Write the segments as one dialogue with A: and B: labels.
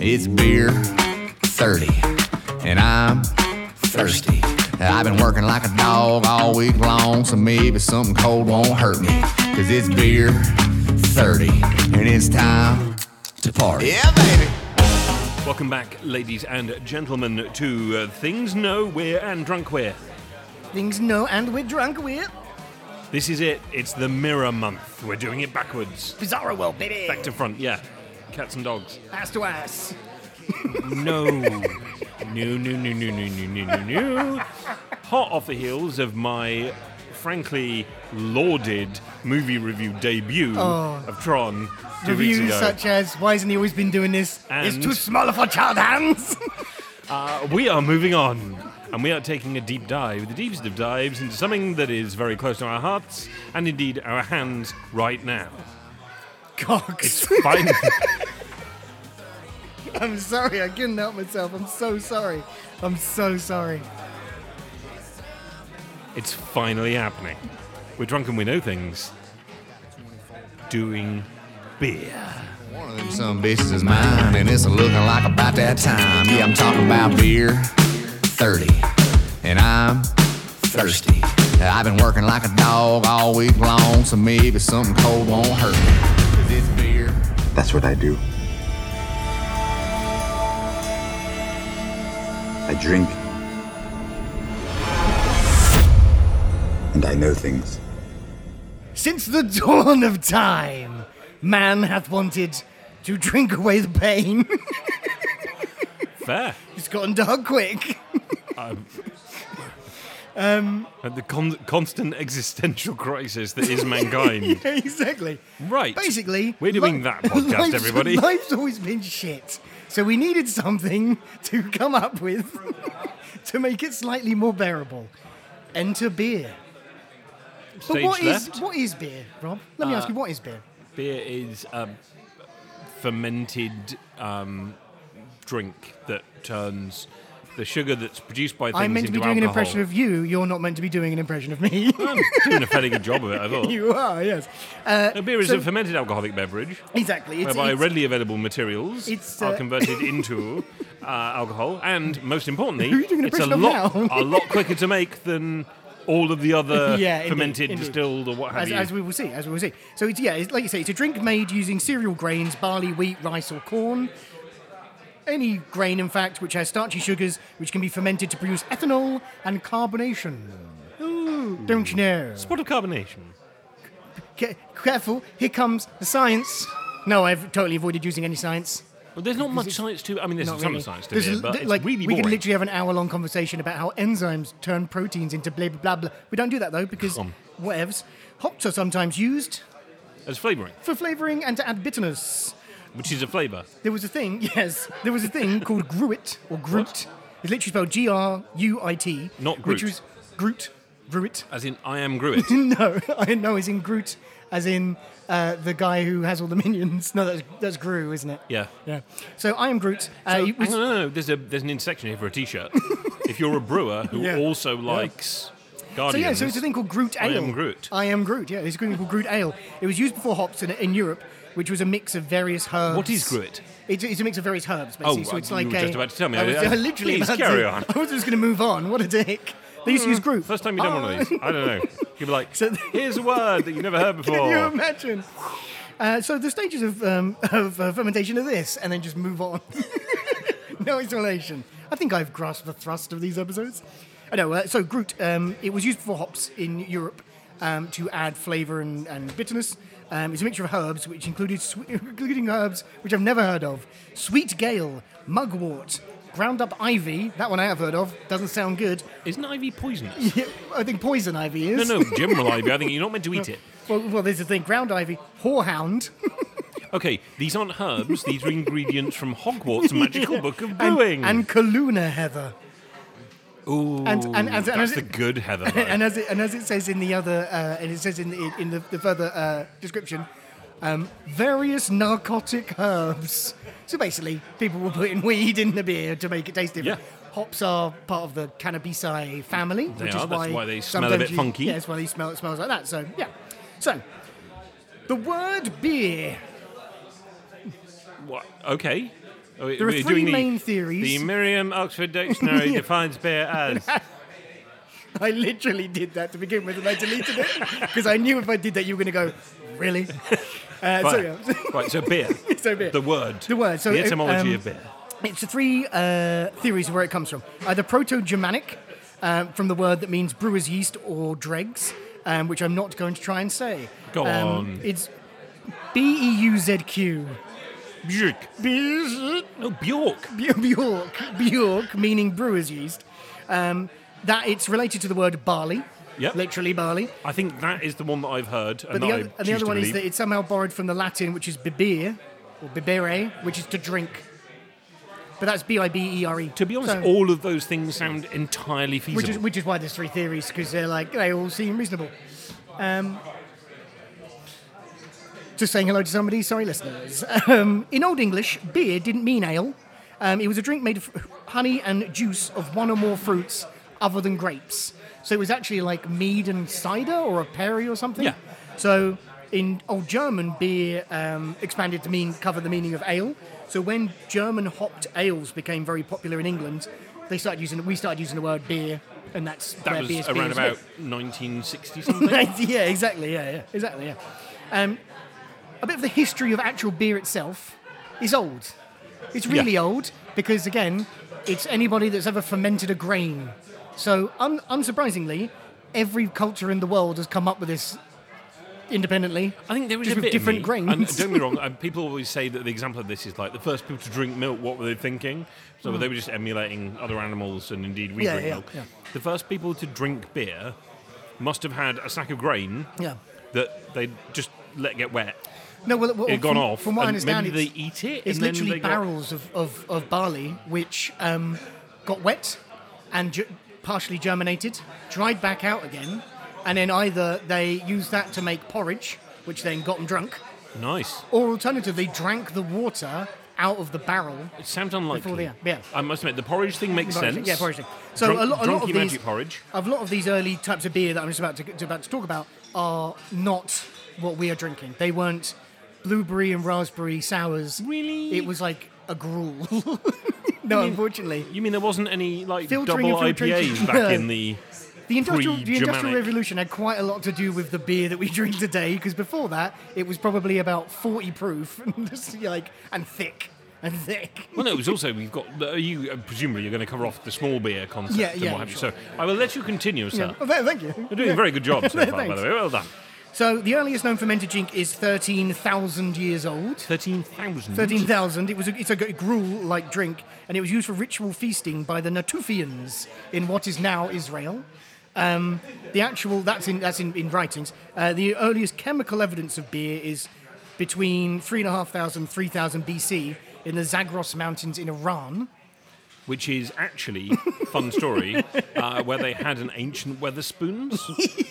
A: It's beer 30, and I'm thirsty. I've been working like a dog all week long, so maybe something cold won't hurt me. Cause it's beer 30, and it's time to party. Yeah, baby.
B: Welcome back, ladies and gentlemen, to uh, Things Know We're and Drunk We're.
C: Things no, and we're drunk. We're
B: This is it. It's the mirror month. We're doing it backwards.
C: Bizarro World, baby.
B: Back to front, yeah. Cats and dogs.
C: ass to ass.
B: No. no, no, no, no, no, no, no, no, no. Hot off the heels of my, frankly, lauded movie review debut of Tron two weeks
C: Reviews
B: ago.
C: such as "Why hasn't he always been doing this?"
B: And-
C: it's too small for child hands.
B: Uh, we are moving on, and we are taking a deep dive, the deepest of dives, into something that is very close to our hearts and indeed our hands right now.
C: Cox.
B: Fine.
C: I'm sorry. I couldn't help myself. I'm so sorry. I'm so sorry.
B: it's finally happening. We're drunk and we know things. Doing beer.
A: One of them some bitches is mine, and it's looking like about that time. Yeah, I'm talking about beer 30, and I'm thirsty. I've been working like a dog all week long, so maybe something cold won't hurt me. 'Cause it's beer
D: That's what I do. I drink. And I know things.
C: Since the dawn of time, man hath wanted to drink away the pain.
B: Fair.
C: it's gotten dark quick.
B: At the con- constant existential crisis that is mankind.
C: yeah, exactly.
B: Right.
C: Basically,
B: we're doing
C: li-
B: that podcast,
C: life's-
B: everybody.
C: Life's always been shit, so we needed something to come up with to make it slightly more bearable. Enter beer. But
B: Stage
C: what is
B: left. Uh,
C: what is beer, Rob? Let me ask you, what is beer?
B: Beer is a fermented um, drink that turns the sugar that's produced by things
C: I'm meant to
B: into
C: be doing an
B: alcohol.
C: impression of you. You're not meant to be doing an impression of me.
B: I'm doing a fairly good job of it, I thought.
C: you are, yes. Uh,
B: A beer is
C: so-
B: a fermented alcoholic beverage
C: exactly. It's,
B: whereby
C: it's-
B: readily available materials
C: it's,
B: are
C: uh,
B: converted into uh, alcohol, and most importantly,
C: Who are you doing an
B: it's a
C: impression
B: lot
C: of now?
B: a lot quicker to make than all of the other
C: Yeah, indeed,
B: fermented,
C: indeed.
B: distilled, or what have
C: as,
B: you.
C: as we will see, as we will see. So it's, yeah, it's, like you say, it's a drink made using cereal grains, barley, wheat, rice, or corn. Any grain, in fact, which has starchy sugars, which can be fermented to produce ethanol and carbonation. Don't you know?
B: Spot of carbonation.
C: Ca- careful, here comes the science. No, I've totally avoided using any science.
B: Well, there's not much science to. I mean, there's
C: Not
B: some
C: really.
B: science to
C: There's
B: beer,
C: l-
B: but
C: th-
B: it's
C: like,
B: really
C: we
B: boring.
C: could literally have an hour-long conversation about how enzymes turn proteins into blah blah blah, blah. We don't do that though because
B: Come
C: whatevs. Hops are sometimes used
B: as flavouring,
C: for flavouring and to add bitterness.
B: which is a flavour.
C: There was a thing, yes, there was a thing called Gruit or Groot. It's literally spelled G R U I T.
B: Not Groot.
C: Which was Groot, Gruit.
B: As in, I am Gruit.
C: No, I know it's in Groot, as in uh, the guy who has all the minions. No, that's, that's Gru, isn't it?
B: yeah.
C: Yeah. So I am Groot. Uh,
B: So,
C: it was-
B: hang on, no, no, no. There's, a, there's an intersection here for a t shirt. if you're a brewer who
C: Yeah.
B: also likes
C: So yeah,
B: Guardians.
C: so it's a thing called Groot
B: I
C: Ale.
B: am Groot.
C: I am Groot. Yeah, it's a thing called Groot Ale. It was used before hops in, in Europe, which was a mix of various herbs.
B: What is Gruit?
C: It's, it's a mix of various herbs,
B: Oh,
C: basically. so it's
B: you
C: like
B: were
C: a,
B: just about to tell me.
C: I was,
B: I- I-
C: literally
B: please
C: about
B: carry
C: to-
B: on.
C: I was just going to move on. What a dick. They used to use Oh. Groot.
B: First time you've done one of these, I don't know. You'd be like,
C: Uh, So-
B: here's a word that you've never heard before.
C: Can you imagine? Uh, so the stages of, um, of uh, fermentation are this, and then just move on. no explanation. I think I've grasped the thrust of these episodes. I know. Uh, so Groot, um, it was used for hops in Europe um, to add flavour and, and bitterness. Um, it's a mixture of herbs, which included swe- including herbs which I've never heard of: sweet gale, mugwort, ground up ivy. That one I have heard of. Doesn't sound good.
B: Isn't ivy poisonous?
C: I think poison ivy
B: no,
C: is.
B: no, general ivy. I think you're not meant to eat it.
C: Well, well, there's the thing: ground ivy, whorehound.
B: Okay, these aren't herbs. These are ingredients from Hogwarts' magical book of brewing.
C: And, and Kaluna heather.
B: Ooh,
C: and- and- and-
B: that's the
C: and-
B: good Heather. though.
C: And as it, and as it says in the other, uh, and it says in the, in the, the further uh, description, um, various narcotic herbs. So basically, people were putting weed in the beer to make it taste different.
B: Yeah.
C: Hops are part of the cannabisae family,
B: They
C: which
B: are,
C: is
B: that's
C: why,
B: why they smell a bit
C: sometimes you-
B: funky.
C: Yeah, that's why they smell it smells like that. So yeah, so the word beer
B: What? Okay. Oh, we-
C: There are
B: we're
C: three
B: doing the-
C: main theories.
B: The Merriam Oxford Dictionary defines beer as.
C: I literally did that to begin with, and I deleted it because I knew if I did that, you were going to go, really? Uh, so,
B: Right,
C: yeah.
B: right, so beer.
C: So beer.
B: The word.
C: The word, so
B: the
C: it-
B: etymology
C: um,
B: of beer.
C: It's the three uh, theories of where it comes from. Either Proto-Germanic, um, from the word that means brewer's yeast or dregs, um, which I'm not going to try and say.
B: Go
C: Um,
B: on.
C: It's E B-E-U-Z-Q.
B: Bjork. No, Bjork.
C: Bjork, Bjork, meaning brewer's yeast. Um, that it's related to the word barley,
B: Yep.
C: literally barley.
B: I think that is the one that I've heard.
C: But
B: And
C: the
B: that I
C: other, and the
B: choose
C: other
B: to
C: one is
B: believe.
C: that it's somehow borrowed from the Latin, which is bibere, or bibere, which is to drink. But that's B I B E R E.
B: To be honest,
C: So-
B: all of those things sound entirely feasible.
C: which is, which is why there's three theories, because they're like, they all seem reasonable. Um, just saying hello to somebody, sorry, listeners. Um, in Old English, beer didn't mean ale. Um, it was a drink made of honey and juice of one or more fruits other than grapes. So it was actually like mead and cider or a perry or something.
B: Yeah.
C: So in Old German, beer um, expanded to mean cover the meaning of ale. So when German hopped ales became very popular in England, they started using we started using the word beer, and that's
B: that
C: where
B: was
C: beer's
B: around
C: beer's
B: about
C: with.
B: 1960 something.
C: yeah, exactly. Yeah, yeah, exactly. Yeah. Um, a bit of the history of actual beer itself is old. It's really old because, again, it's anybody that's ever fermented a grain. So, un- unsurprisingly, every culture in the world has come up with this independently.
B: I think there is
C: Just
B: a
C: with
B: bit of
C: different
B: me-
C: grains.
B: And don't be wrong. And people always say that the example of this is like the first people to drink milk. What were they thinking? So they were just emulating other animals, and indeed we
C: Mm. Yeah,
B: drink
C: yeah,
B: milk.
C: yeah.
B: The first people to drink beer must have had a sack of grain
C: Yeah.
B: that they just let get wet.
C: No, well, well
B: It had gone
C: from,
B: off.
C: From what I
B: and
C: understand,
B: maybe
C: it's,
B: they eat it.
C: it's
B: and then
C: literally
B: they got-
C: barrels of, of, of barley which um, got wet and ge- partially germinated, dried back out again, and then either they used that to make porridge, which then got them drunk,
B: nice.
C: or alternatively drank the water out of the barrel.
B: It sounds unlikely.
C: they are. Yeah.
B: I must admit, the porridge thing makes
C: Porridge,
B: sense.
C: yeah, porridge thing. So
B: Drunk-
C: a lot, a lot
B: drunky
C: of these,
B: magic porridge.
C: A lot of these early types of beer that I'm just about to, to about to talk about are not what we are drinking. They weren't blueberry and raspberry sours.
B: Really?
C: It was like a gruel. no, unfortunately.
B: You mean there wasn't any like
C: Filtering
B: double
C: and filtration.
B: IPAs back
C: No.
B: in the?
C: The industrial, the industrial
B: Pre-Germanic.
C: revolution had quite a lot to do with the beer that we drink today, because before that, it was probably about 40 proof and just like and thick and thick.
B: Well, no, it was also we've got uh, you. Uh, presumably, you're going to cover off the small beer concept
C: Yeah,
B: and
C: yeah,
B: what have you.
C: sure.
B: So I will let you continue, sir.
C: Oh, th- thank you.
B: You're doing a very good job so far, by
C: Thanks.
B: the way. Well done.
C: So the earliest known fermented drink is 13,000 years old.
B: Thirteen thousand.
C: 13,000. It was a, it's a gruel-like drink, and it was used for ritual feasting by the Natufians in what is now Israel. Um, the actual that's in that's in, in writings. Uh, the earliest chemical evidence of beer is between 3,500 3,000 BC in the Zagros Mountains in Iran.
B: which is actually fun story uh, where they had an ancient weather spoons,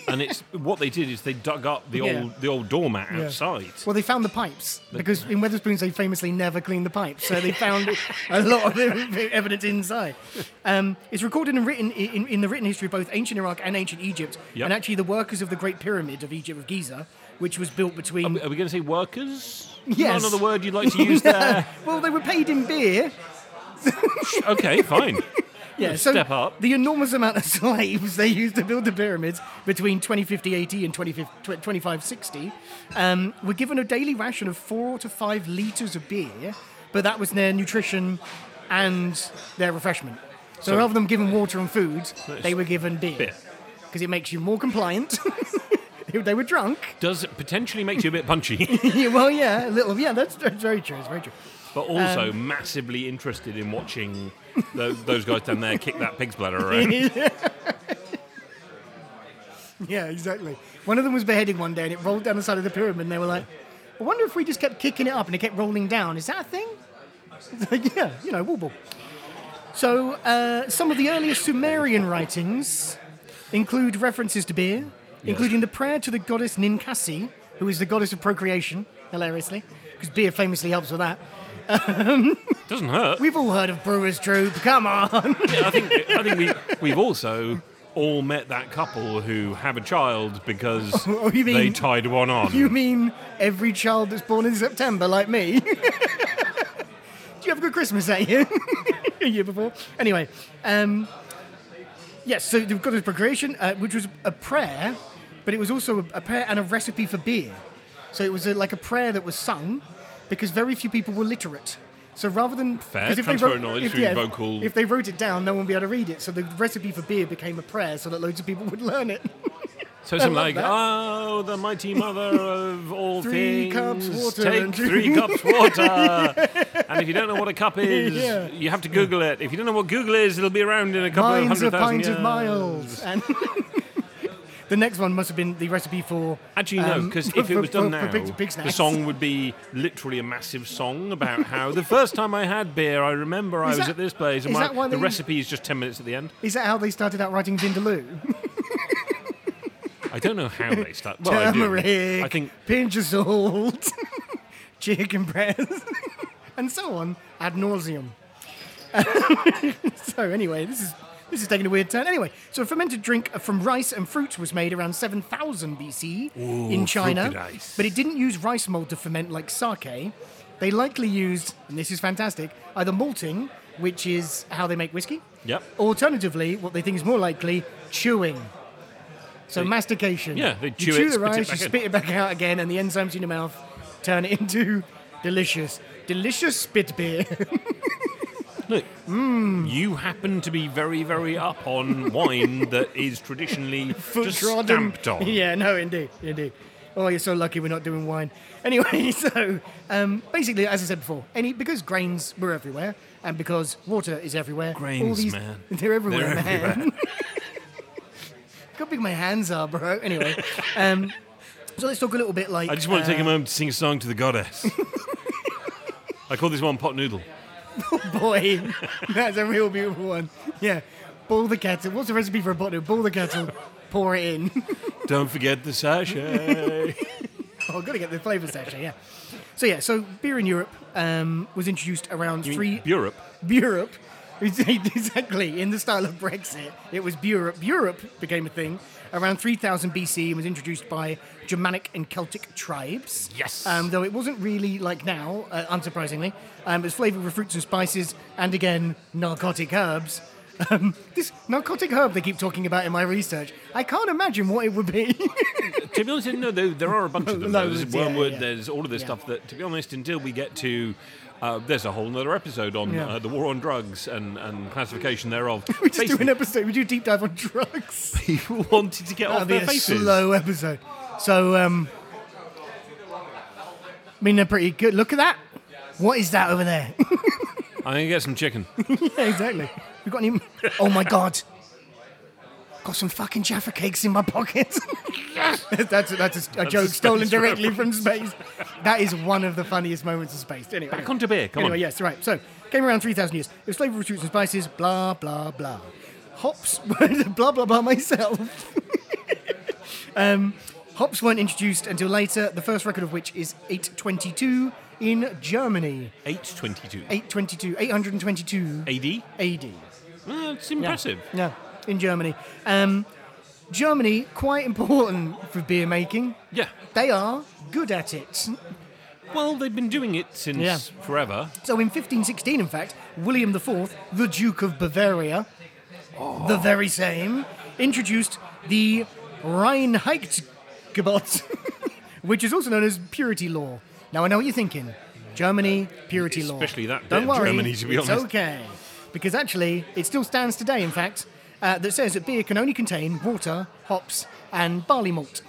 B: and it's what they did is they dug up the
C: Yeah.
B: old the old doormat outside.
C: Well, they found the pipes because in Weatherspoons they famously never cleaned the pipes, so they found a lot of evidence inside. Um, it's recorded and written in, in the written history of both ancient Iraq and ancient Egypt,
B: Yep.
C: and actually the workers of the Great Pyramid of Egypt of Giza, which was built
B: Are
C: between.
B: we, are we going to say workers? Is that
C: Yes.
B: Um, Another word you'd like to use there?
C: well, they were paid in beer.
B: okay, fine.
C: Yeah,
B: step up.
C: The enormous amount of slaves they used to build the pyramids between 2050 AD and 25 tw- 2560 um, were given a daily ration of four to five litres of beer, but that was their nutrition and their refreshment. So,
B: So-
C: rather than given water and food, they were given beer.
B: Beer.
C: Because it makes you more compliant. they were drunk.
B: Does it potentially makes you a bit punchy,
C: Yeah, well, yeah, a little. Yeah, that's, that's very true. It's very true.
B: but also
C: Um,
B: massively interested in watching tho- those guys down there kick that pig's bladder around.
C: Yeah, exactly. One of them was beheaded one day and it rolled down the side of the pyramid and they were like, I wonder if we just kept kicking it up and it kept rolling down. Is that a thing? It's like, yeah, you know, wobble. So uh, some of the earliest Sumerian writings include references to beer, including the prayer to the goddess Ninkasi, who is the goddess of procreation, hilariously, because beer famously helps with that. Um,
B: Doesn't hurt.
C: We've all heard of Brewer's Troop, come on.
B: I think I think we we've also all met that couple who have a child because
C: Oh, you mean-
B: they tied one on.
C: You mean every child that's born in September, like me? Do you have a good Christmas that year, a year before. Anyway, um, yes, so we've got this procreation, uh, which was a prayer, but it was also a, a prayer and a recipe for beer. So it was a, like a prayer that was sung because very few people were literate. So rather than 'cause
B: transfer of knowledge through vocal-
C: if they wrote it down, no one would be able to read it. So the recipe for beer became a prayer, so that loads of people would learn it.
B: So something
C: love
B: like,
C: that.
B: "Oh, the mighty mother of all
C: Three
B: things,
C: cups water
B: take
C: and
B: three
C: drink."
B: cups water." and if you don't know what a cup is,
C: Yeah.
B: you have to Google it. If you don't know what Google is, it'll be around in a couple of
C: Mines
B: hundred
C: of
B: thousand
C: pints
B: years.
C: of miles. And the next one must have been the recipe for.
B: Actually, no,
C: um,
B: because
C: for-
B: if it was
C: for-
B: done
C: for
B: now,
C: big- big
B: the
C: snacks.
B: song would be literally a massive song about how the first time I had beer, I remember I
C: Is
B: was
C: that-
B: at this place, and
C: is
B: my,
C: that why
B: the
C: they-
B: recipe is just ten minutes at the end.
C: Is that how they started out writing Vindaloo?
B: I don't know how they start. Well, I, do.
C: Turmeric,
B: I think
C: pinch of salt, chicken breast, and so on ad nauseum. so anyway, this is this is taking a weird turn. Anyway, so a fermented drink from rice and fruit was made around 7000 BC
B: fruited
C: in China,
B: ice.
C: but it didn't use rice mold to ferment like sake. They likely used, and this is fantastic, either malting, which is how they make whiskey.
B: Yep.
C: Alternatively, what they think is more likely, chewing. So mastication.
B: yeah, they
C: You
B: chew it,
C: chew the
B: spit it
C: rice,
B: back
C: you
B: in.
C: spit it back out again, and the enzymes in your mouth turn it into delicious, delicious spit beer.
B: Look, you happen to be very, very up on wine that is traditionally just
C: Trodden-
B: stamped on.
C: Yeah, no, indeed, indeed. Oh, you're so lucky we're not doing wine. Anyway, so um, basically, as I said before, any because grains were everywhere, and because water is everywhere. all
B: Grains,
C: these,
B: man.
C: They're everywhere,
B: They're
C: man. Look how big my hands are, bro. Anyway, um, so let's talk a little bit like.
B: I just want to take a
C: uh,
B: moment to sing a song to the goddess. I call this one pot noodle.
C: uh, boy. That's a real beautiful one. Yeah. Boil the kettle. What's the recipe for a bottle? Boil the kettle, pour it in.
B: Don't forget the sachet.
C: oh, I've got to get the flavours actually, yeah. So, yeah, so beer in Europe um, was introduced around three.
B: Europe.
C: Europe. exactly, in the style of Brexit, it was Europe. Europe became a thing around 3000 BC and was introduced by Germanic and Celtic tribes.
B: Yes.
C: Um, though it wasn't really like now, uh, unsurprisingly. Um, it was flavored with fruits and spices and again, narcotic herbs. Um, this narcotic herb they keep talking about in my research, I can't imagine what it would be.
B: to be honest, no, there, there are a bunch of them.
C: Loads,
B: there's
C: yeah,
B: wormwood,
C: yeah.
B: there's all of this
C: Yeah.
B: stuff that, to be honest, until we get to. Uh, there's a whole nother episode on
C: Yeah.
B: uh, the war on drugs and, and classification thereof.
C: we just do
B: Basically,
C: an episode, we do a deep dive on drugs.
B: people wanted to get off
C: That'd be
B: their
C: a
B: faces.
C: slow episode. So, um, I mean, they're pretty good. Look at that. What is that over there?
B: I'm going to get some chicken.
C: yeah, exactly. We've got any. Oh my god. Got some fucking Jaffa cakes in my pocket. that's a, that's a, a joke
B: space
C: stolen directly from space. That is one of the funniest moments of space. Anyway,
B: Back onto beer, come on.
C: anyway, yes, right. So, came around 3,000 years. It was flavored with fruits and spices, blah, blah, blah. Hops, blah, blah, blah, myself. um, hops weren't introduced until later, the first record of which is 822 in Germany.
B: 822.
C: 822, 822
B: AD?
C: AD.
B: Well, Uh, it's impressive.
C: No, in Germany. Um, Germany, quite important for beer making.
B: Yeah.
C: They are good at it.
B: Well, they've been doing it since
C: Yeah.
B: forever.
C: So in 1516, in fact, William IV, the Duke of Bavaria, the very same, introduced the Reinheitsgebot, which is also known as purity law. Now I know what you're thinking. Germany, purity law.
B: Especially that bit
C: Don't
B: of
C: worry,
B: Germany, to be
C: it's
B: honest.
C: okay. Because actually, it still stands today, in fact, uh, that says that beer can only contain water, hops, and barley malt.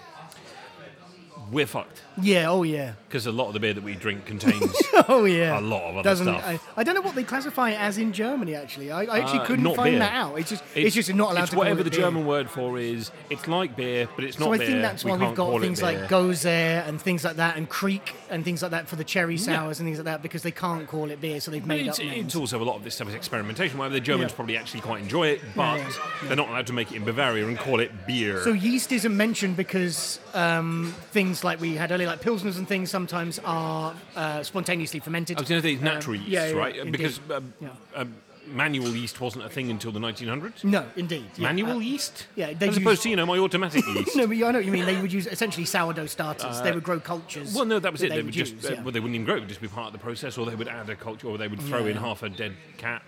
B: We're fucked.
C: Yeah, oh yeah.
B: Because a lot of the beer that we drink contains.
C: Oh yeah,
B: a lot of other
C: Doesn't,
B: stuff.
C: I, I don't know what they classify it as in Germany. Actually, I, I actually
B: Uh,
C: couldn't
B: not
C: find
B: beer.
C: that out. It's just it's, just not allowed
B: It's
C: to. call
B: whatever
C: it
B: the
C: beer.
B: German word for is. It's like beer, but it's not
C: So I
B: beer.
C: think that's
B: we
C: why we've
B: can't call
C: got
B: it
C: things like
B: beer.
C: Gozer and things like that, and Creek and things like that for the cherry sours and things like that because they can't call it beer, so they've made
B: It's,
C: up names.
B: it's also a lot of this stuff is experimentation. Where the Germans
C: Yeah.
B: probably actually quite enjoy it, but
C: yeah,
B: they're not allowed to make it in Bavaria and call it beer.
C: So yeast isn't mentioned because um, things like we had earlier, like pilsners and things, sometimes are uh, spontaneously fermented.
B: I was going to say it's natural yeast,
C: Um, yeah, yeah,
B: right?
C: indeed.
B: because um,
C: Yeah.
B: um, manual yeast wasn't a thing until the 1900s.
C: No, indeed. Mm, yeah.
B: Manual
C: Uh,
B: yeast?
C: yeah, they
B: As
C: use-
B: opposed to, you know, my automatic yeast.
C: No, but you- I know what you mean. They would use essentially sourdough starters. they would grow cultures.
B: Well, no, that was it. They,
C: They
B: would
C: would
B: just,
C: use,
B: uh,
C: yeah.
B: well, they wouldn't even grow. It would just be part of the process, or they would add a culture, or they would throw in half a dead cat.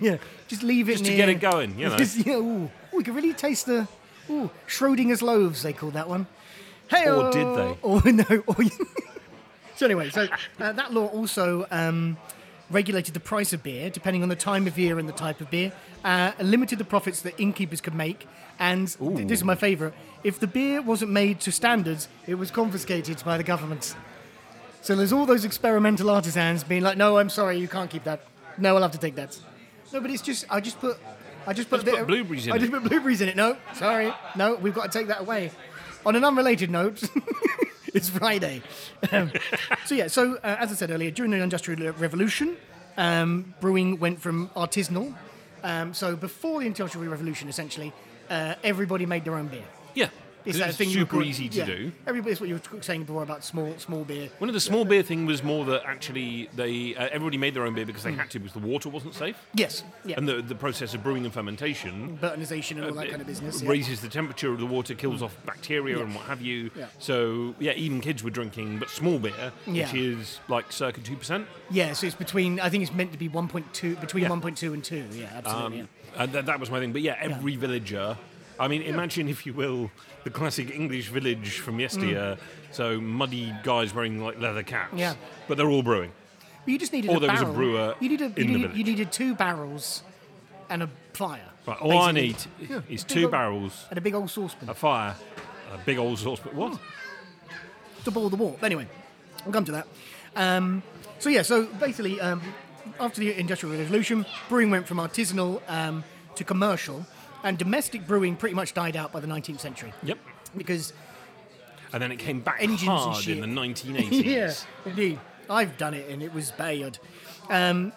C: yeah, just leave it
B: Just to
C: near-
B: get it going, you know.
C: Just, yeah, ooh, ooh, you can really taste the ooh Schrodinger's loaves. They called that one. Hey,
B: Or did they?
C: Or no. Or you- so anyway, so uh, that law also um, regulated the price of beer depending on the time of year and the type of beer, uh, and limited the profits that innkeepers could make. And th- this is my favourite: if the beer wasn't made to standards, it was confiscated by the government. So there's all those experimental artisans being like, "No, I'm sorry, you can't keep that. No, I'll have to take that." No, but it's just I just put I just put,
B: Just
C: a bit
B: put
C: of-
B: blueberries in
C: I just
B: it.
C: put blueberries in it. No, sorry, no, we've got to take that away. On an unrelated note, it's Friday. Um, so yeah, so uh, as I said earlier, during the Industrial Revolution, um, brewing went from artisanal. Um, so before the Industrial Revolution, essentially, uh, everybody made their own beer.
B: Yeah. 'Cause
C: It's that
B: it's
C: thing you
B: super
C: call-
B: easy to
C: yeah.
B: do.
C: Everybody's what you were saying before about small small beer.
B: One of the small beer thing was more that actually they uh, everybody made their own beer
C: Mm.
B: because they had to because the water wasn't safe
C: Yes, yeah.
B: and the, the process of brewing and fermentation
C: Burtonization and all that kind of business. Yeah. Mm.
B: raises the temperature of the water, kills off bacteria and what have you.
C: Yeah.
B: So yeah, even kids were drinking, but small beer,
C: Yeah.
B: which is like circa two percent.
C: Yeah, so it's between. I think it's meant to be 1.2 between
B: Yeah. Um,
C: 1.2 and 2. Yeah, absolutely. yeah.
B: And tha- Uh, that was my thing. But yeah, every villager. I mean, imagine if you will the classic English village from yesteryear. So muddy guys wearing like leather caps.
C: Mm. Yeah.
B: But they're all brewing.
C: But you just needed
B: Or
C: a
B: there was a
C: barrel.
B: brewer
C: you needed, you,
B: in the
C: needed, you
B: village.
C: needed two barrels and a fire.
B: Right. All I
C: basically.
B: need is
C: Big
B: two
C: ol-
B: barrels,
C: And a big old saucepan
B: a fire, a big old saucepan. What?
C: Oh. to boil the wort. Anyway, we'll come to that. Um, so, yeah, so basically, um, after the Industrial Revolution, brewing went from artisanal um, to commercial, and domestic brewing pretty much died out by the 19th century
B: Yep.
C: because
B: And then it came back
C: Engines and
B: hard
C: shit.
B: in the 1980s.
C: Yeah, indeed. I've done it and it was bad. Um,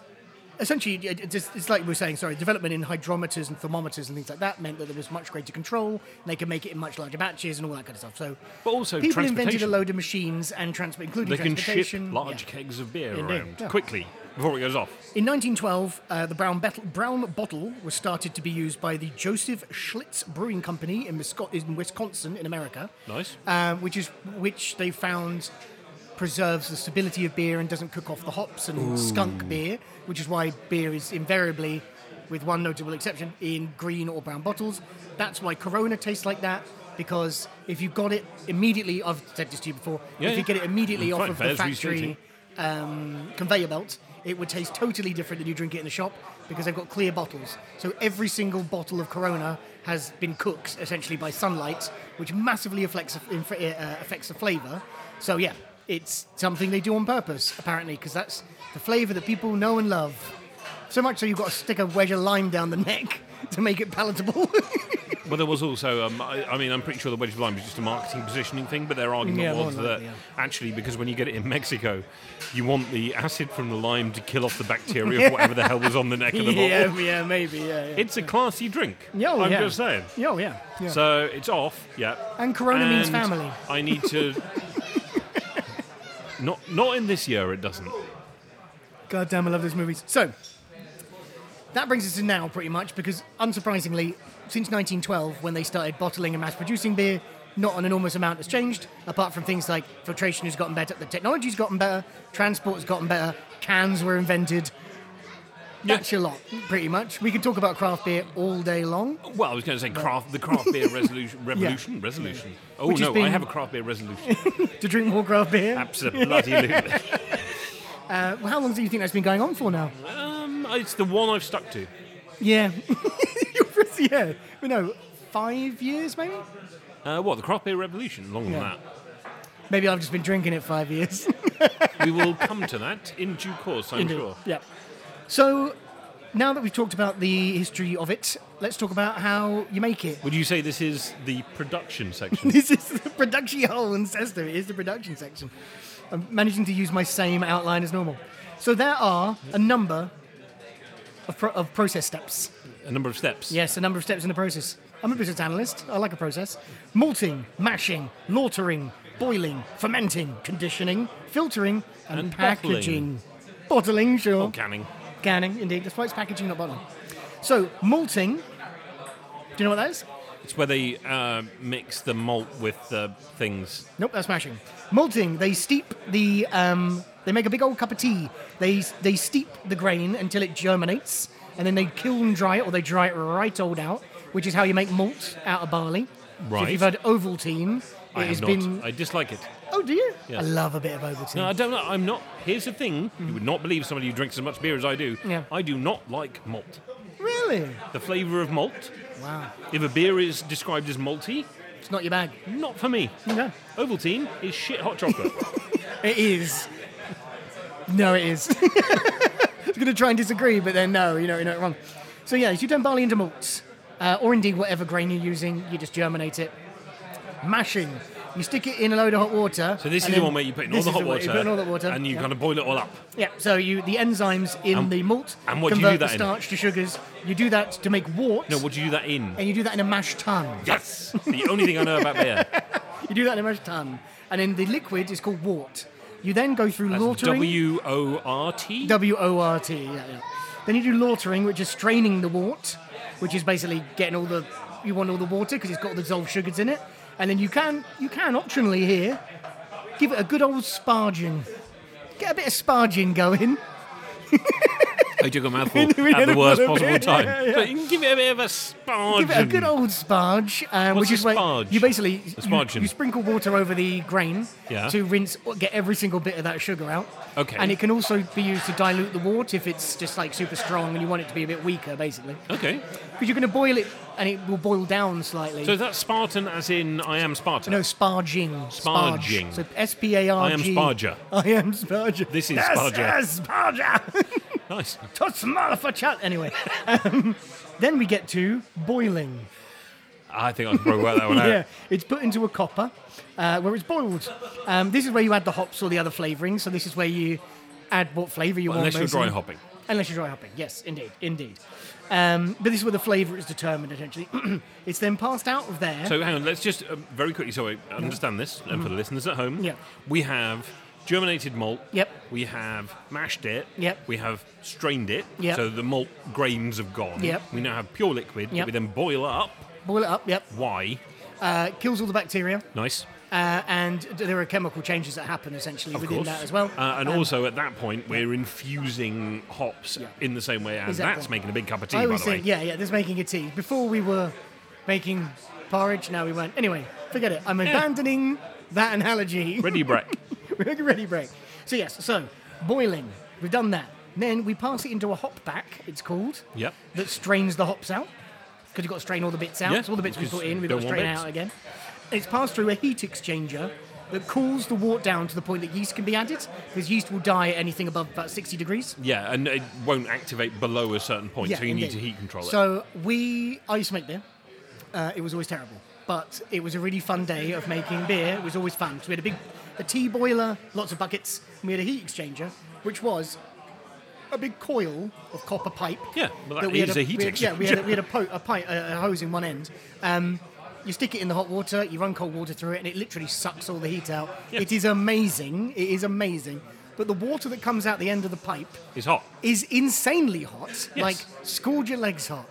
C: essentially, it- it's, just- it's like we were saying, sorry, development in hydrometers and thermometers and things like that meant that there was much greater control. And they could make it in much larger batches and all that kind of stuff. So,
B: But also
C: people invented a
B: transportation.
C: load of machines and transport, including
B: They can ship
C: transportation.
B: large
C: yeah.
B: kegs of beer
C: Indeed,
B: around
C: yeah.
B: quickly before it goes off.
C: In 1912, uh, the brown, bet- brown bottle was started to be used by the Joseph Schlitz Brewing Company in, Misco- in Wisconsin, in America.
B: Nice.
C: Uh, which is which they found preserves the stability of beer and doesn't cook off the hops and skunk beer, which is why beer is invariably, with one notable exception, in green or brown bottles. That's why Corona tastes like that. Because if you got it immediately, I've said this to you before.
B: Yeah,
C: if you
B: yeah.
C: get it immediately
B: That's
C: off
B: right,
C: of the
B: Bears used to eat
C: factory um, conveyor belt, it would taste totally different than you drink it in the shop because they've got clear bottles. So every single bottle of Corona has been cooked essentially by sunlight, which massively affects inf- uh, affects the flavour. So yeah, it's something they do on purpose apparently because that's the flavour that people know and love. So much so you've got to stick a wedge of lime down the neck to make it palatable.
B: Well, there was also, um, I, I mean, I'm pretty sure the wedge of lime was just a marketing positioning thing, but their argument
C: Yeah, more
B: was
C: likely,
B: that
C: yeah.
B: actually, because when you get it in Mexico, you want the acid from the lime to kill off the bacteria of whatever the hell was on the neck of the bottle.
C: yeah, yeah, maybe, yeah, yeah.
B: It's a classy drink.
C: oh,
B: I'm
C: yeah.
B: just saying.
C: Oh, yeah. yeah.
B: So it's off, yeah.
C: And Corona means
B: And
C: family.
B: I need to. not, not in this year, it doesn't.
C: God damn, I love those movies. So, that brings us to now, pretty much, because unsurprisingly, since 1912, when they started bottling and mass producing beer, not an enormous amount has changed, apart from things like filtration has gotten better, the technology's gotten better, transport's gotten better, cans were invented. That's your lot, pretty much. We could talk about craft beer all day long.
B: Well, I was going to say craft, the craft beer resolution. Revolution? Resolution. Oh,
C: Which has
B: no, I
C: been-
B: have a craft beer resolution.
C: To drink more craft
B: Uh,
C: beer.
B: Absolutely.
C: Uh, how long do you think that's been going on for now?
B: um, it's the one I've stuck to.
C: Yeah. yeah. Well, no, five years maybe?
B: Uh, what, the craft beer revolution? Longer
C: Yeah.
B: than
C: Maybe I've just been drinking it five years.
B: that. We will come to that in due course, I'm
C: Indeed.
B: sure.
C: Yeah. So now that we've talked about the history of it, let's talk about how you make it.
B: Would you say this is the production section?
C: This is the production hole and says there it is the production section. I'm managing to use my same outline as normal. So there are a number of, pro- of process steps.
B: a number of steps.
C: Yes, a number of steps in the process. I'm a business analyst. I like a process. Malting, mashing, lautering, boiling, fermenting, conditioning, filtering, and,
B: And bottling.
C: packaging. Bottling, sure.
B: Canning.
C: Canning, indeed. That's why it's packaging, not bottling. So, malting. Do you know what that is?
B: It's where they uh, mix the malt with the things.
C: Nope, that's smashing. Malting, they steep the, um, they make a big old cup of tea. They they steep the grain until it germinates, and then they kiln dry it, or they dry it right old out, which is how you make malt out of barley. So if
B: Right.
C: you've had Ovaltine, it
B: I
C: has
B: have not.
C: been.
B: I dislike it.
C: Oh, do you?
B: Yeah.
C: I love a bit of Ovaltine.
B: No, I don't know. I'm not. Here's the thing: you would not believe somebody who drinks as much beer as I do.
C: Mm. Yeah.
B: I do not like malt.
C: Really?
B: The flavour of malt.
C: Wow.
B: If a beer is described as malty,
C: It's not your bag.
B: not for me.
C: No.
B: Ovaltine is shit hot chocolate.
C: It is. No, it is. I was going to try and disagree, but then no, you know, you're not wrong. So yeah, so you turn barley into malts, uh, or indeed whatever grain you're using, you just germinate it. Mashing. You stick it in a load of hot water.
B: so this is
C: and
B: the
C: then
B: one where you put in all
C: this
B: the
C: is
B: hot
C: one-
B: water,
C: You put in all that water.
B: and you
C: yeah.
B: kind of boil it all up.
C: Yeah, so you the enzymes in
B: And-
C: the malt
B: and what do you
C: convert
B: do that
C: the
B: in?
C: starch to sugars. You do that to make wort,
B: No, what do you do that in?
C: and you do that in a mash tun.
B: Yes, the only thing I know about beer.
C: You do that in a mash tun, and then the liquid is called wort. You then go through
B: That's
C: lautering.
B: W O R T.
C: W O R T. Yeah, yeah. Then you do lautering, which is straining the wort, which is basically getting all the you want all the water because it's got all the dissolved sugars in it. And then you can you can optionally here give it a good old sparging. Get a bit of sparging going.
B: I took a mouthful
C: We
B: at
C: had
B: the
C: a
B: worst
C: little
B: possible
C: bit,
B: time.
C: yeah, yeah.
B: But you can give it a bit of a sparge.
C: Give it a good old sparge, um,
B: What's
C: which
B: a
C: is where
B: sparge?
C: you basically
B: A
C: you,
B: sparging.
C: you sprinkle water over the grain
B: Yeah.
C: to rinse get every single bit of that sugar out.
B: Okay.
C: And it can also be used to dilute the wort if it's just like super strong and you want it to be a bit weaker, basically.
B: Okay.
C: Because you're going to boil it, and it will boil down slightly.
B: So is that Spartan as in I am Spartan?
C: no, sparging.
B: Sparging.
C: Sparge. So S P A R
B: I
C: G.
B: am Sparger.
C: I am Sparger.
B: This is
C: Yes,
B: Sparger.
C: yes, Sparger.
B: Nice.
C: Tot smaller for chat. Anyway, um, then we get to boiling.
B: I think I can probably work that one out.
C: Yeah, it's put into a copper uh, where it's boiled. Um, this is where you add the hops or the other flavourings. So this is where you add what flavour you want.
B: Unless you're
C: basically.
B: dry hopping.
C: Unless you're dry hopping, yes, indeed, indeed. Um, but this is where the flavour is determined, essentially. it's then passed out of there.
B: So hang on, let's just um, very quickly, so I understand this, and for the listeners at home,
C: Mm-hmm. Yeah.
B: we have germinated malt.
C: Yep.
B: We have mashed it.
C: Yep.
B: We have strained it.
C: Yep.
B: So the malt grains have gone.
C: Yep.
B: We now have pure liquid that
C: Yep.
B: we then boil up.
C: boil it up, yep.
B: Why?
C: Uh, kills all the bacteria,
B: Nice.
C: uh, and there are chemical changes that happen essentially
B: Of
C: within
B: course.
C: that as well. Um,
B: Uh, and also at that point, we're infusing hops in the same way, and
C: Exactly.
B: that's making a big cup of tea,
C: I
B: by the
C: always think,
B: way.
C: yeah, yeah, this making a tea. Before we were making porridge, now we weren't. Anyway, forget it. I'm abandoning that analogy.
B: Ready, Brett.
C: We're making a ready break. So yes, so boiling, we've done that. Then we pass it into a hop pack. It's called.
B: Yep.
C: That strains the hops out because you've got to strain all the bits out.
B: Yeah,
C: so all the bits we
B: because
C: put in, we've got
B: don't
C: to
B: want
C: strain
B: bits.
C: out again. It's passed through a heat exchanger that cools the wort down to the point that yeast can be added because yeast will die at anything above about 60 degrees.
B: Yeah, and it won't activate below a certain point, so you need to
C: indeed.
B: heat control it.
C: So we, I used to make beer. Uh, it was always terrible, but it was a really fun day of making beer. It was always fun. So we had a big, a tea boiler, lots of buckets. And we had a heat exchanger, which was a big coil of copper pipe.
B: Yeah, well, that
C: we had
B: is a heat
C: we had- Yeah, we had, a,
B: exchanger.
C: we had a, po- a pipe, a, a hose in one end. Um, you stick it in the hot water, you run cold water through it, and it literally sucks all the heat out.
B: Yeah.
C: It is amazing. It is amazing. But the water that comes out the end of the pipe
B: it's hot.
C: is insanely hot. Like, scored your legs hot.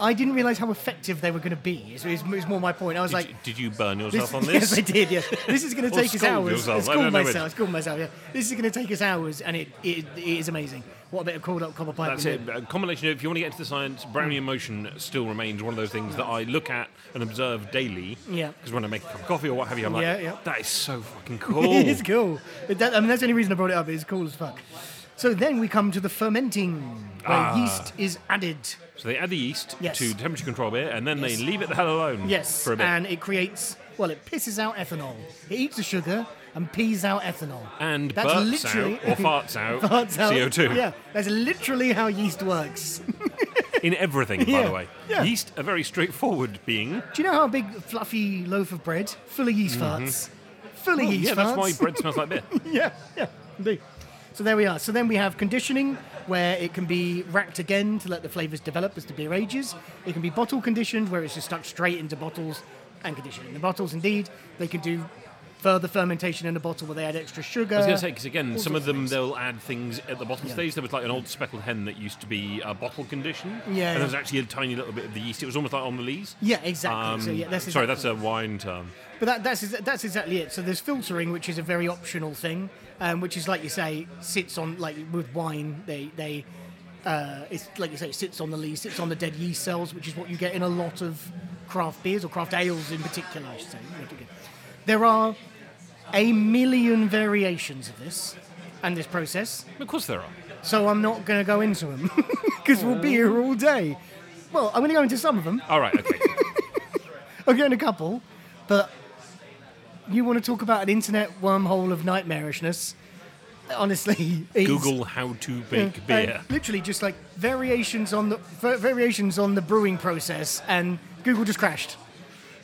C: I didn't realize how effective they were going to be. Is, is, is more my point. I was
B: Did,
C: like,
B: you, did you burn yourself
C: this,
B: on
C: yes,
B: this?
C: I did. Yes, this is going to
B: Or
C: take us
B: scald
C: hours.
B: yourself, I
C: I
B: don't know which.
C: myself. It's called myself. Yeah, this is going to take us hours, and it, it, it is amazing. What a bit of coiled up copper pipe.
B: That's
C: we
B: it.
C: did.
B: A combination of, if you want to get into the science, Brownian motion still remains one of those things that I look at and observe daily.
C: Yeah.
B: Because when I make a cup of coffee or what have you, I'm like,
C: Yeah, yeah.
B: that is so fucking cool.
C: it is cool. It- that- I mean, that's the only reason I brought it up. It's cool as fuck. So then we come to the fermenting, where
B: Ah.
C: yeast is added.
B: So they add the yeast
C: Yes.
B: to temperature control beer, and then
C: Yes.
B: they leave it the hell alone
C: Yes,
B: for a bit.
C: and it creates. Well, it pisses out ethanol. It eats the sugar and pees out ethanol.
B: and
C: that's
B: burps
C: literally
B: out or farts out
C: Farts out.
B: CO2
C: Yeah, that's literally how yeast works.
B: in everything, by
C: Yeah,
B: the way.
C: yeah.
B: Yeast, a very straightforward being.
C: Do you know how a big fluffy loaf of bread full of yeast farts? Full of
B: Oh,
C: yeast
B: yeah,
C: farts.
B: that's why bread smells like beer.
C: yeah, yeah, indeed. So there we are. So then we have conditioning, where it can be racked again to let the flavours develop as the beer ages. It can be bottle conditioned, where it's just stuck straight into bottles and conditioned in the bottles. Indeed, they can do further fermentation in a bottle where they add extra sugar.
B: I was going to say because again, some of them they'll add things at the bottom stage. There was like an old speckled hen that used to be uh, bottle conditioned,
C: Yeah,
B: and there was
C: yeah.
B: actually a tiny little bit of the yeast. It was almost like on the lees.
C: yeah, exactly. so yeah, that's
B: um, sorry,
C: exactly-
B: that's a wine term.
C: But that, that's exa- that's exactly it. So there's filtering, which is a very optional thing, um, which is like you say sits on like with wine. They they uh, it's like you say sits on the lees, sits on the dead yeast cells, which is what you get in a lot of craft beers or craft ales in particular. I should say. Make it good. There are a million variations of this and this process,
B: Of course, there are.
C: so I'm not going to go into them because we'll be here all day. Well, I'm going to go into some of them.
B: All right, okay.
C: I'll get in a couple, but you want to talk about an internet wormhole of nightmarishness? Honestly, it's-
B: Google how to
C: uh,
B: make beer.
C: literally, just like variations on the va- variations on the brewing process, and Google just crashed.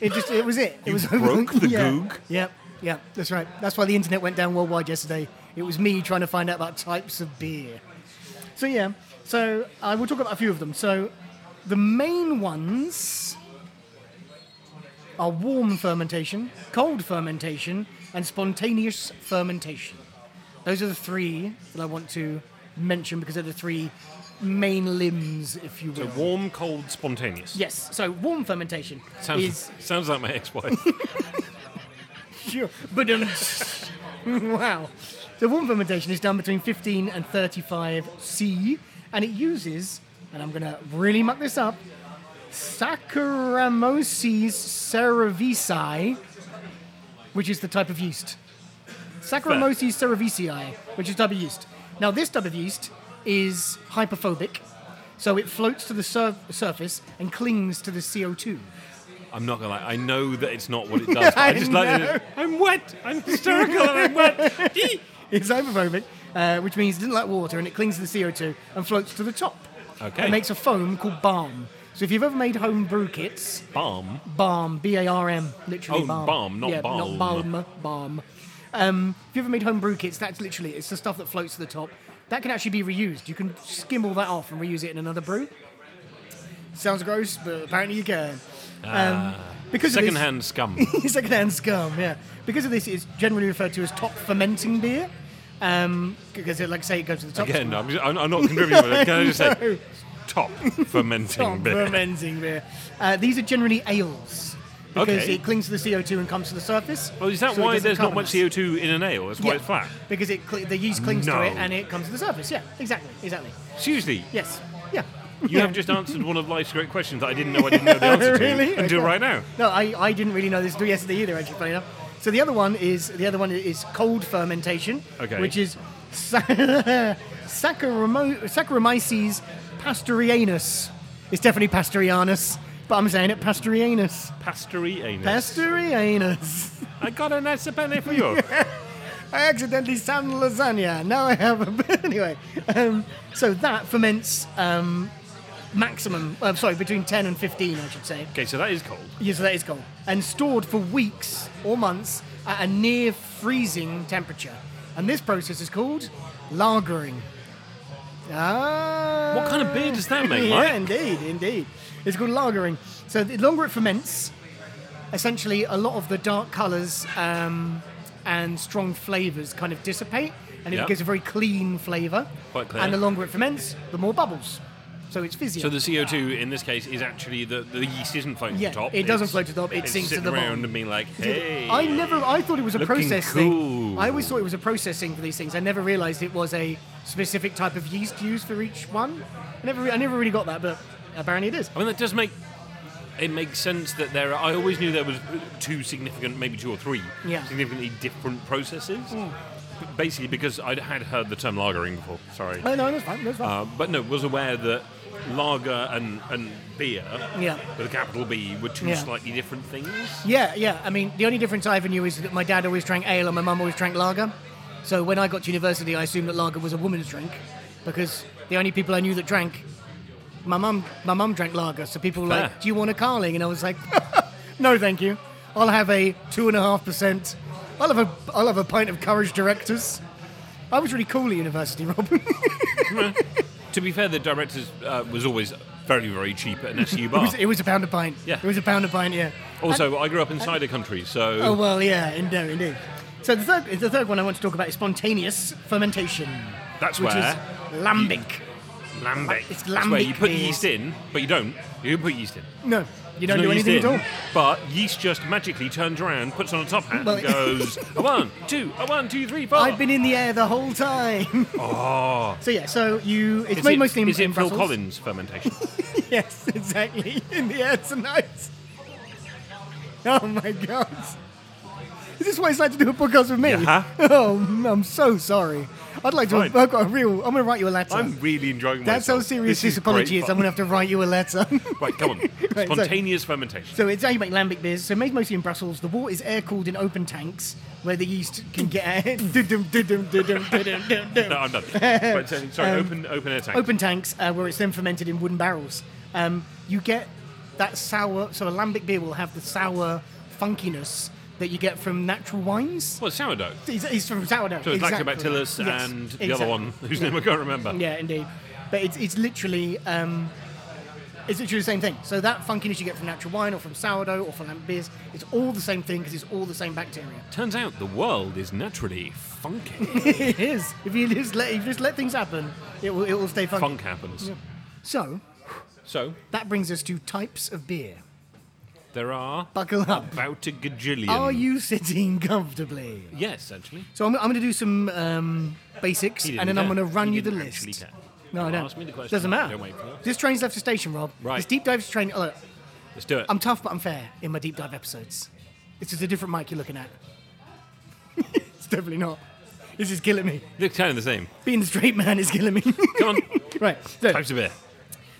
C: It just it was it. It
B: You
C: was
B: broke the
C: yeah.
B: Goog?
C: Yep, yep, that's right. That's why the internet went down worldwide yesterday. It was me trying to find out about types of beer. So yeah, so I will talk about a few of them. So the main ones are warm fermentation, cold fermentation, and spontaneous fermentation. Those are the three that I want to mention because they're the three main limbs, if you will.
B: Warm, cold, spontaneous.
C: yes, so warm fermentation
B: Sounds,
C: is
B: sounds like my ex-wife.
C: Sure. But um, wow. So warm fermentation is done between 15 and 35 C, and it uses, and I'm gonna really muck this up, Saccharomyces cerevisiae, which is the type of yeast. Saccharomyces cerevisiae, which is type of yeast. Now this type of yeast is hyperphobic, so it floats to the sur- surface and clings to the CO2.
B: I'm not gonna lie. I know that it's not what it does. But I,
C: I
B: just like
C: know.
B: it. I'm wet. I'm hysterical. and I'm wet. Gee.
C: It's hyperphobic, uh, which means it doesn't like water and it clings to the CO2 and floats to the top.
B: Okay.
C: It makes a foam called balm. So if you've ever made home brew kits,
B: Balm.
C: balm, B-A-R-M, literally
B: Oh,
C: balm.
B: balm, not
C: yeah,
B: balm.
C: Not balm, balm. Um, if you've ever made home brew kits, that's literally, it's the stuff that floats to the top. That can actually be reused. You can skim all that off and reuse it in another brew. Sounds gross, but apparently you can. Um, because of this-
B: Ah. Secondhand scum.
C: secondhand scum, yeah. Because of this, it's generally referred to as top fermenting beer. Um, because, it, like I say, it goes to the top.
B: Again, I'm, just, I'm, I'm not contributing. but Can I just
C: No.
B: say, top fermenting
C: top
B: beer.
C: fermenting beer. Uh, these are generally ales because
B: Okay.
C: it clings to the CO2 and comes to the surface.
B: well, is that
C: so it
B: why
C: doesn't
B: there's not much
C: carbonise.
B: CO2 in an ale? That's why
C: Yeah,
B: it's flat.
C: Because it cle the yeast clings
B: No.
C: to it and it comes to the surface. Yeah, exactly, exactly.
B: Seriously,
C: Yes, yeah.
B: you have just answered one of life's great questions that I didn't know I didn't know the answer
C: Really?
B: to until
C: Okay.
B: right now.
C: No, I, I didn't really know this until yesterday either. Actually, funny enough. So the other one is the other one is cold fermentation,
B: Okay.
C: which is sa- Saccharomo- Saccharomyces pastorianus. It's definitely pastorianus, but I'm saying it pastorianus.
B: Pastory anus.
C: Pastorianus.
B: I got a nice penny for you.
C: I accidentally sound lasagna. Now I have a. But anyway, um, so that ferments um, maximum. Uh, sorry, between ten and fifteen, I should say.
B: okay, so that is cold.
C: Yes, that is cold. And stored for weeks or months at a near freezing temperature. And this process is called lagering. Ah.
B: What kind of beer does that make,
C: yeah,
B: Mike?
C: indeed, indeed. It's called lagering. So the longer it ferments, essentially a lot of the dark colours um, and strong flavours kind of dissipate, and it
B: Yeah.
C: gives a very clean flavour.
B: Quite clear.
C: And the longer it ferments, the more bubbles. So it's fizzy.
B: So the CO2 in this case is actually the, the yeast isn't floating
C: Yeah,
B: to the top.
C: it doesn't
B: It's-
C: float to the top, it
B: it's
C: sinks to
B: sitting
C: the
B: around
C: bottom.
B: and being like, hey.
C: I never. I thought it was a
B: Looking
C: process thing.
B: cool.
C: I always thought it was a process thing for these things. I never realised it was a specific type of yeast used for each one. I never. re- I never really got that, but apparently it is.
B: I mean, that does make it makes sense that there. Are, I always knew there was two significant, maybe two or three,
C: Yeah. Mm.
B: significantly different processes. But Basically, because I had heard the term lagering before. Sorry,
C: Oh no, that's fine. That's fine.
B: uh, but no, was aware that lager and and beer,
C: Yeah.
B: with a capital B, were two
C: Yeah.
B: slightly different things.
C: yeah, yeah. I mean, the only difference I ever knew is that my dad always drank ale and my mum always drank lager. So when I got to university, I assumed that lager was a woman's drink because the only people I knew that drank, my mum, my mum drank lager. So people were
B: Fair.
C: like, "Do you want a Carling?" And I was like, "No, thank you. I'll have a two and a half percent. I'll have a I'll have a pint of Courage Directors." I was really cool at university, Rob.
B: To be fair, the directors uh, was always very, very cheap at an SU bar.
C: It was, it was a pound a pint.
B: Yeah.
C: It was a pound a pint, yeah.
B: also, I grew up in cider country, so
C: Oh, well, yeah, in- no, indeed. So the third, the third one I want to talk about is spontaneous fermentation,
B: that's
C: which
B: where
C: is lambic.
B: lambic.
C: it's
B: That's where you
C: lambic
B: put
C: beers.
B: yeast in, but you don't. You put yeast in.
C: No, you don't
B: There's
C: do
B: no yeast
C: anything at all.
B: in, But yeast just magically turns around, puts on a top hat,
C: Well-
B: and goes a one, two, a one, two, three, four.
C: I've been in the air the whole time.
B: Oh,
C: so yeah, so you it's
B: is
C: made
B: it,
C: mostly in,
B: is it
C: in
B: Phil
C: Brussels.
B: Collins fermentation?
C: Yes, exactly. In the air tonight. Oh my god. Is this why it's like to do a podcast with me?
B: Yeah.
C: Oh, I'm so sorry. I'd like to.
B: Fine.
C: I've got a real. I'm gonna write you a letter.
B: I'm really enjoying myself.
C: That's how serious
B: This
C: this
B: is
C: apology
B: great
C: is.
B: fun.
C: I'm gonna have to write you a letter.
B: Right, come on.
C: so-
B: Spontaneous fermentation.
C: So it's how you make lambic beers. So made mostly in Brussels. The water is air cooled in open tanks where the yeast can get air. Dudum, dudum, dudum, dudum, dum, dum.
B: No, I'm done. Right, so- sorry, open, open air tank.
C: Um, open tanks uh, where it's then fermented in wooden barrels. Um, you get that sour. So a lambic beer will have the sour funkiness that you get from natural wines.
B: Well, sourdough.
C: It's, it's from sourdough.
B: So it's
C: exactly.
B: Lactobacillus
C: Yes,
B: and the other
C: exactly.
B: one, whose name I can't remember.
C: Yeah, indeed. But it's, it's literally um, it's literally the same thing. So that funkiness you get from natural wine or from sourdough or from lambic beers, it's all the same thing because it's all the same bacteria.
B: Turns out the world is naturally funky.
C: It is. If you just let if you just let things happen, it will it will stay funky.
B: Funk happens.
C: So
B: So
C: that brings us to types of beer.
B: there are
C: Buckle up.
B: about a gajillion.
C: Are you sitting comfortably?
B: Yes, actually.
C: So I'm, I'm going to do some um, basics,
B: He
C: and
B: didn't
C: then I'm
B: care.
C: going to run
B: He
C: you the
B: didn't actually
C: list.
B: care.
C: No, I don't.
B: Ask me the question.
C: Doesn't matter.
B: Don't wait for that.
C: This train's left the station, Rob.
B: Right.
C: This deep dive's train. Oh, look,
B: Let's do it.
C: I'm tough, but I'm fair in my deep dive episodes. This is a different mic you're looking at. it's definitely not. This is killing me.
B: They're kind of the same.
C: Being a straight man is killing me.
B: Come on.
C: right. So,
B: Types of beer.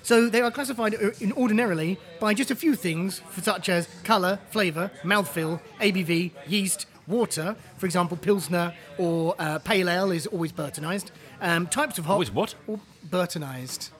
C: So they are classified uh, in ordinarily by just a few things, f- such as colour, flavour, mouthfeel, ABV, yeast, water. For example, Pilsner or uh, Pale Ale is always Burtonised. Um, types of hop.
B: Always what?
C: Or Burtonised.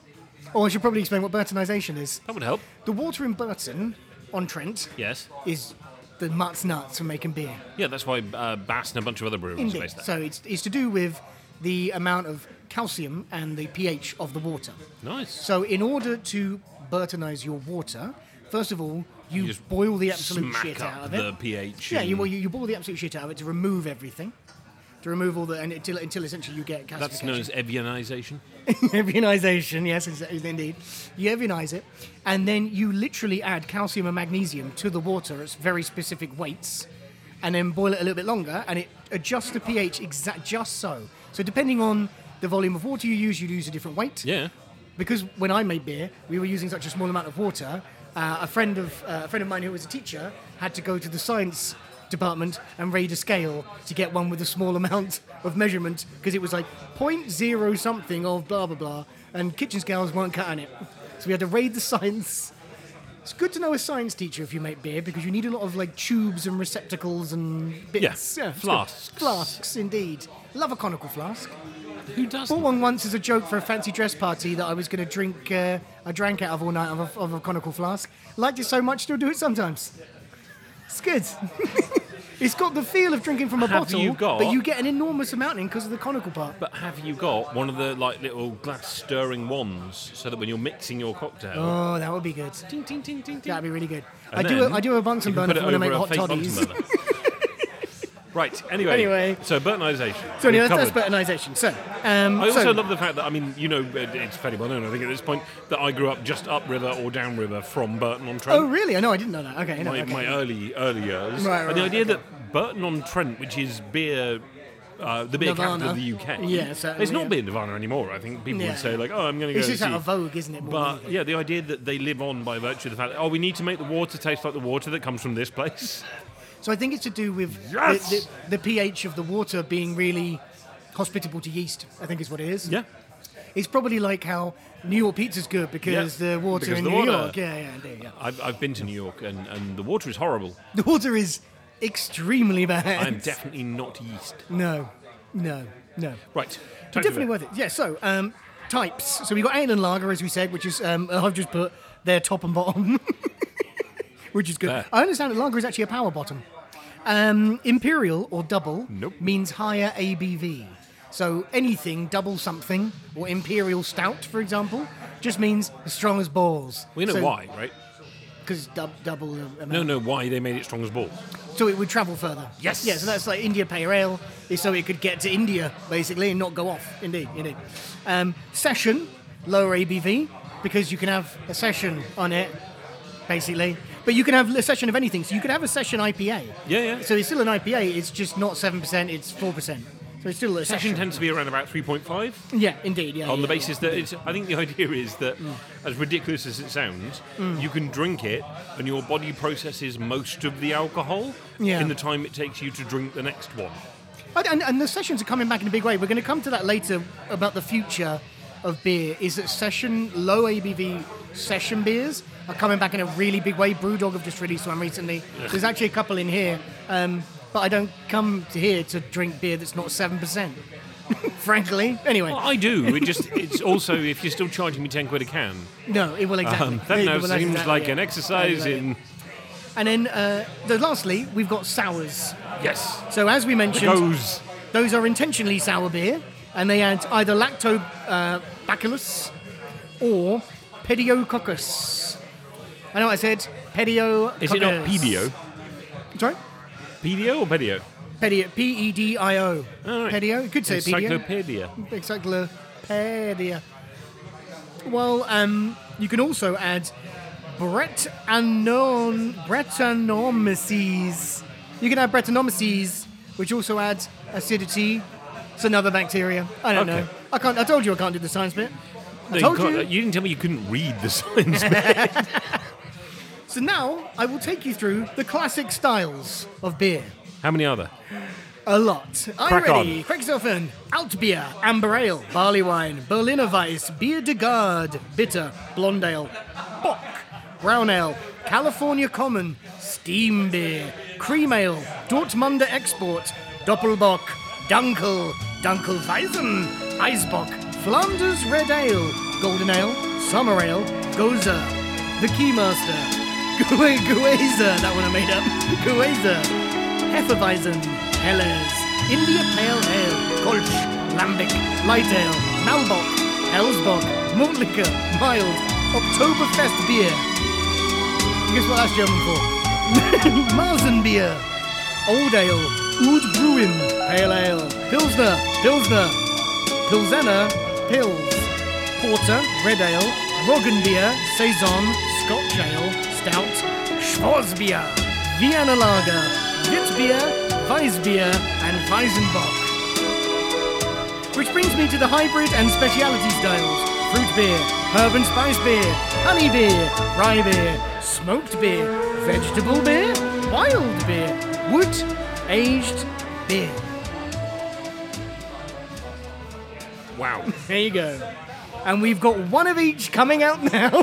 C: Or I should probably explain what Burtonisation is.
B: That would help.
C: The water in Burton, on Trent,
B: Yes.
C: is the mutt's nuts for making beer.
B: Yeah, that's why uh, Bass and a bunch of other breweries are
C: Indeed.
B: based there.
C: So it's, it's to do with the amount of calcium and the pH of the water.
B: nice.
C: So, in order to Burtonize your water, first of all, you,
B: just
C: boil the absolute
B: Smack
C: shit
B: up
C: out of
B: the
C: it.
B: pH.
C: yeah, you,
B: and-
C: well, you, you boil the absolute shit out of it to remove everything, to remove all the and until until essentially you get calcification.
B: That's known as Evianization.
C: Ebionization, yes, exa- indeed. You ebionize it, and then you literally add calcium and magnesium to the water at very specific weights, and then boil it a little bit longer, and it adjusts the pH exact just so. So depending on the volume of water you use, you use a different weight
B: Yeah.
C: because when I made beer, we were using such a small amount of water. Uh, a friend of uh, a friend of mine who was a teacher had to go to the science department and raid a scale to get one with a small amount of measurement because it was like 0.0 something of blah blah blah, and kitchen scales weren't cutting it, so we had to raid the science. It's good to know a science teacher if you make beer because you need a lot of like tubes and receptacles and bits.
B: Yeah,
C: it's good.
B: flasks.
C: Flasks, indeed. Love a conical flask.
B: Who does?
C: Bought one once as a joke for a fancy dress party that I was going to drink. Uh, I drank out of all night of a, of a conical flask. Liked it so much, still do it sometimes. It's good. it's got the feel of drinking from a
B: Have
C: bottle,
B: you got-
C: but you get an enormous amount in because of the conical part.
B: But have you got one of the like little glass stirring wands so that when you're mixing your cocktail,
C: Oh, that would be good.
B: ting, ting, ting, ting, ting.
C: That'd be really good.
B: And
C: I do.
B: then
C: A, I do a Bunsen
B: you can put
C: burner for
B: it
C: when I make
B: over a
C: hot
B: fake Bunsen
C: toddies.
B: burner. right. Anyway.
C: Anyway.
B: So Burtonization.
C: so anyway,
B: We've
C: that's,
B: covered.
C: that's Burtonization. So, um,
B: I also
C: so-
B: love the fact that I mean, you know, it- it's fairly well known. I think at this point that I grew up just upriver or downriver from Burton on Trent.
C: Oh, really? I know. I didn't know that. Okay. no,
B: my,
C: okay.
B: my early early years.
C: Right, right,
B: and the
C: right,
B: idea that Burton on Trent, which is beer, uh, the beer capital
C: Nirvana.
B: of the UK,
C: Yeah, certainly,
B: it's not
C: yeah.
B: beer Nirvana anymore. I think people
C: Yeah.
B: would say like, oh, I'm going to go.
C: It's just
B: see.
C: out of vogue, isn't it? more than
B: But
C: anything?
B: yeah, the idea that they live on by virtue of the fact that oh, we need to make the water taste like the water that comes from this place.
C: So I think it's to do with the-
B: Yes!
C: the, the, pH of the water being really hospitable to yeast. I think is what it is.
B: Yeah,
C: It's probably like how New York pizza's good because
B: Yeah,
C: the water
B: because
C: in
B: the
C: New
B: water.
C: York. Yeah, yeah, indeed, yeah.
B: I've, I've been to New York and, and the water is horrible.
C: The water is extremely bad.
B: I'm definitely not yeast.
C: no, no, no.
B: Right, time
C: But
B: to
C: definitely
B: vote.
C: worth it. Yeah. So um, types. So we got ale and lager, as we said, which is um, I've just put their top and bottom, which is good.
B: Fair.
C: I understand that lager is actually a power bottom. Um, imperial or double
B: Nope.
C: means higher ABV. So anything double something or imperial stout, for example, just means as strong as balls.
B: We know why, right?
C: Because dub- double. um, the amount.
B: No, no, why they made it strong as balls.
C: So it would travel further.
B: Yes.
C: Yeah, so that's like India Pale Ale, is so it could get to India, basically, and not go off. Indeed, indeed. Um, session, lower ABV, because you can have a session on it, basically. But you can have a session of anything. So you could have a session IPA.
B: Yeah, yeah.
C: So it's still an IPA, it's just not 7%, it's 4%. So it's still
B: Session Oh,
C: a session.
B: tends to be around about 3.5
C: Yeah, indeed. Yeah.
B: on
C: yeah,
B: the basis that it's. I think the idea is that, as ridiculous as it sounds, you can drink it and your body processes most of the alcohol
C: Yeah.
B: in the time it takes you to drink the next one.
C: And- And, and the sessions are coming back in a big way. We're going to come to that later about the future of beer. Is that session low ABV session beers are coming back in a really big way. Brewdog have just released one recently. There's actually a couple in here, um, but I don't come to here to drink beer that's not seven percent. Frankly, anyway,
B: Well, I do. It just. It's also if you're still charging me 10 quid a can.
C: no, it will exactly.
B: Um,
C: it
B: that now
C: will
B: seems
C: exactly,
B: like
C: yeah.
B: an exercise
C: Exactly.
B: in
C: And then, uh, the, lastly, we've got sours.
B: yes.
C: So as we mentioned,
B: Goes.
C: Those are intentionally sour beer, and they add either lactobacillus or pediococcus. I know what I said pediococcus.
B: Is it not PDO?
C: Sorry?
B: PDO or PDO?
C: Pedio. E P-E-D-I-O.
B: All Oh, right.
C: Pedio. You could say pedio.
B: Encyclopedia.
C: Encyclopedia. Well, um, you can also add Bretanon, Bretanomyces. You can add Bretanomyces, which also adds acidity. It's another bacteria. I don't
B: Okay.
C: know. I can't. I told you I can't do the science bit.
B: No,
C: I told
B: you, can't-
C: you.
B: you didn't tell me you couldn't read the signs. but
C: So now I will take you through the classic styles of beer.
B: How many are there?
C: A lot. I'm
B: Crack on.
C: ready. Kriegshofen, Altbier, Amber Ale, Barley Wine, Berliner Weiss, Bier de Garde, Bitter, Blonde Ale, Bock, Brown Ale, California Common, Steam Beer, Cream Ale, Dortmunder Export, Doppelbock, Dunkel, Dunkelweizen, Eisbock, Flanders Red Ale, Golden Ale, Summer Ale, Gozer, The Keymaster, Gue- Gueza, that one I made up, Gueza, Hefeweizen, Helles, India Pale Ale, Kolsch, Lambic, Light Ale, Malbock, Elsbock, Mortlicker, Mild, Oktoberfest Beer. And Guess what that's German for? Marzenbier, Old Ale, Oud Bruin, Pale Ale, Pilsner, Pilsner, Pilsener, Pils, Porter, Red Ale, Roggenbier, Saison, Scotch Ale, Stout, Schwarzbier, Vienna Lager, Witbier, Weissbier, and Weizenbock. Which brings me to the hybrid and speciality styles fruit beer, herb and spice beer, honey beer, rye beer, smoked beer, vegetable beer, wild beer, wood aged beer.
B: Wow.
C: There you go. And we've got one of each coming out now. so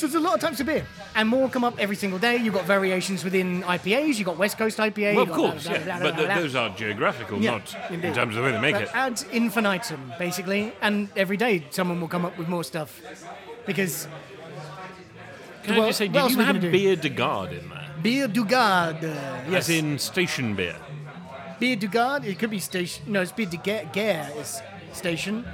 C: there's a lot of types of beer, and more come up every single day. You've got variations within IPAs. You've got West Coast
B: Well,
C: IPA. you've
B: of
C: got
B: course,
C: blah, blah,
B: yeah. But
C: blah, blah,
B: th-
C: blah.
B: those are geographical,
C: Yeah,
B: not in
C: indeed.
B: terms of where they make
C: But uh,
B: it.
C: Ad infinitum, basically, and every day someone will come up with more stuff because
B: Can
C: well,
B: I just say,
C: what
B: did
C: else
B: you
C: are we
B: have
C: gonna do?
B: beer de garde in there?
C: beer du garde. uh,
B: As
C: Yes,
B: in station beer.
C: beer du garde. It could be station. No, it's beer de guerre. guerre is station.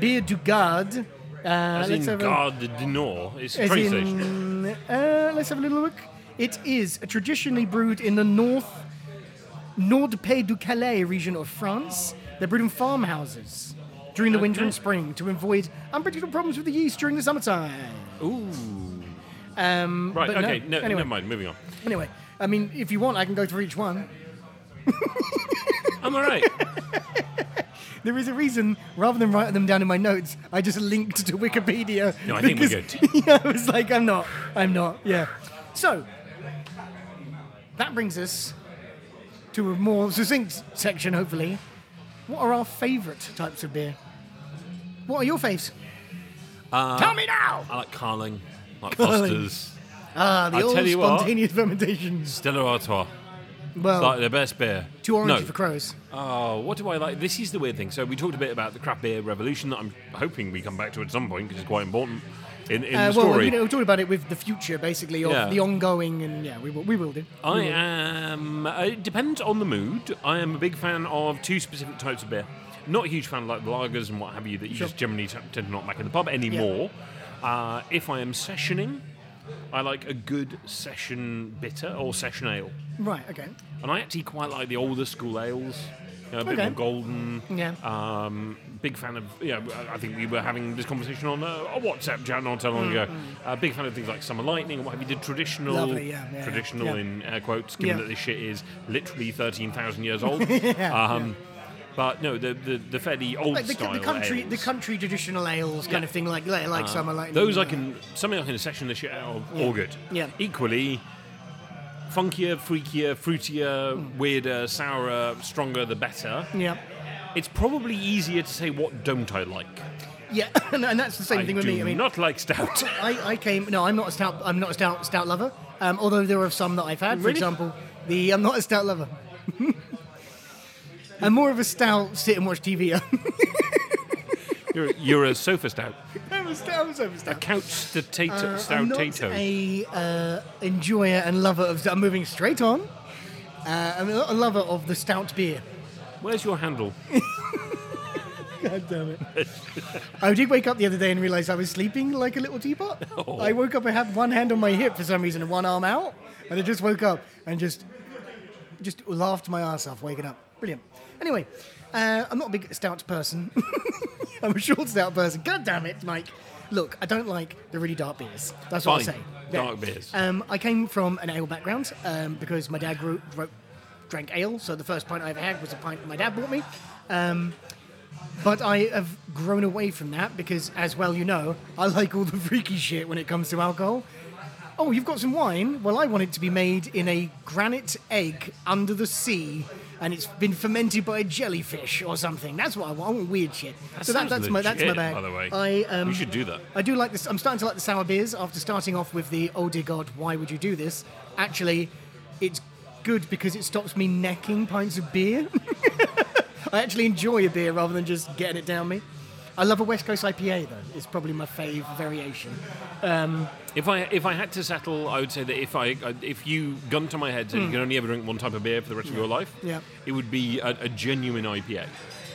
C: Beer du garde. Uh,
B: As
C: let's
B: in
C: have a-
B: garde du nord. It's a
C: As
B: train
C: in,
B: station.
C: uh, let's have a little look. It is traditionally brewed in the north Nord-Pas-de-Calais region of France. They're brewed in farmhouses during the winter and
B: Okay.
C: spring to avoid unpredictable problems with the yeast during the summertime.
B: Ooh.
C: Um,
B: Right,
C: but
B: okay. No,
C: anyway,
B: Never mind, moving on.
C: anyway, I mean, if you want, I can go through each one.
B: I'm all right.
C: There is a reason, rather than writing them down in my notes, I just linked to Wikipedia.
B: No, I think we're
C: good. yeah, I was like, I'm not. I'm not. Yeah. So, that brings us to a more succinct section, hopefully. What are our favourite types of beer? What are your faves?
B: Uh,
C: Tell me now!
B: I like Carling, I like
C: Carling.
B: Foster's,
C: Ah, the
B: I'll
C: old
B: tell you what.
C: spontaneous fermentations.
B: Stella Artois.
C: Well-
B: it's like the best beer.
C: Too orangey
B: no.
C: for crows.
B: Oh, what do I like? This is the weird thing. So we talked a bit about the crap beer revolution that I'm hoping we come back to at some point because it's quite important in, in
C: Uh,
B: the story.
C: well, you know, we talked about it with the future, basically, of
B: Yeah.
C: the ongoing, and yeah, we will, we will do.
B: I am. uh, It depends on the mood. I am a big fan of two specific types of beer. Not a huge fan of like lagers and what have you that you
C: Sure.
B: just generally t- tend to not make in the pub anymore. Uh, if I am sessioning, I like a good session bitter or session ale,
C: Right, okay.
B: and I actually quite like the older school ales. You know, a bit
C: Okay.
B: more golden.
C: Yeah.
B: Um, big fan of, you know, I- I think we were having this conversation on uh, a WhatsApp chat not so long ago. Uh, big fan of things like Summer Lightning and what have you. Did traditional,
C: Mm-hmm. Lovely, yeah, yeah, yeah,
B: traditional
C: yeah.
B: in air quotes, given
C: Yeah.
B: that this shit is literally 13,000 years old.
C: Yeah,
B: um, But no, the, the, the fairly old
C: like the,
B: style
C: the country,
B: ales.
C: the country traditional ales kind of thing, like like, like summer, like
B: Uh, Those I can, something I can section the shit out of, all good.
C: Yeah.
B: Equally, funkier, freakier, fruitier,
C: Mm.
B: weirder, sourer, stronger, the better.
C: Yeah,
B: It's probably easier to say what don't I like.
C: yeah, and, and that's the same
B: I
C: thing with
B: do
C: me. I mean,
B: not like stout.
C: I, I came. No, I'm not a stout. I'm not a stout stout lover. Um, although there are some that I've had. For
B: Really?
C: example, the I'm not a stout lover. I'm more of a stout sit and watch TV.
B: you're, you're a sofa stout,
C: I'm a stout. I'm so a
B: a
C: stout.
B: couch stato,
C: Uh, I'm
B: stout
C: not
B: tato.
C: a uh, enjoyer and lover of. I'm moving straight on. Uh, I'm not a lover of the stout beer.
B: Where's your handle?
C: God damn it. I did wake up the other day and realised I was sleeping like a little teapot.
B: Oh.
C: I woke up, I had one hand on my hip for some reason and one arm out. And I just woke up and just just laughed my ass off waking up. Brilliant. Anyway, uh, I'm not a big stout person. I'm a short stout person. God damn it, Mike. Look, I don't like the really dark beers. That's what I
B: Fine.
C: say.
B: Dark beers.
C: Um, I came from an ale background um, because my dad grew, wrote, drank ale. So the first pint I ever had was a pint my dad bought me. But I have grown away from that because, as well you know, I like all the freaky shit when it comes to alcohol. Oh, you've got some wine? Well, I want it to be made in a granite egg under the sea and it's been fermented by a jellyfish or something. That's what I want. I want weird shit.
B: That
C: so that,
B: sounds
C: that's, my, that's my
B: legit,
C: bag.
B: by the way.
C: I, um,
B: We should do that.
C: I do like this. I'm starting to like the sour beers after starting off with the, oh dear God, why would you do this? Actually, it's good because it stops me necking pints of beer. I actually enjoy a beer rather than just getting it down me. I love a West Coast IPA though. It's probably my fave variation.
B: If I if I had to settle, I would say that if I uh, if you gun to my head said you can only ever drink one type of beer for the rest of your life,
C: Hmm. Yeah.
B: it would be a, a genuine IPA,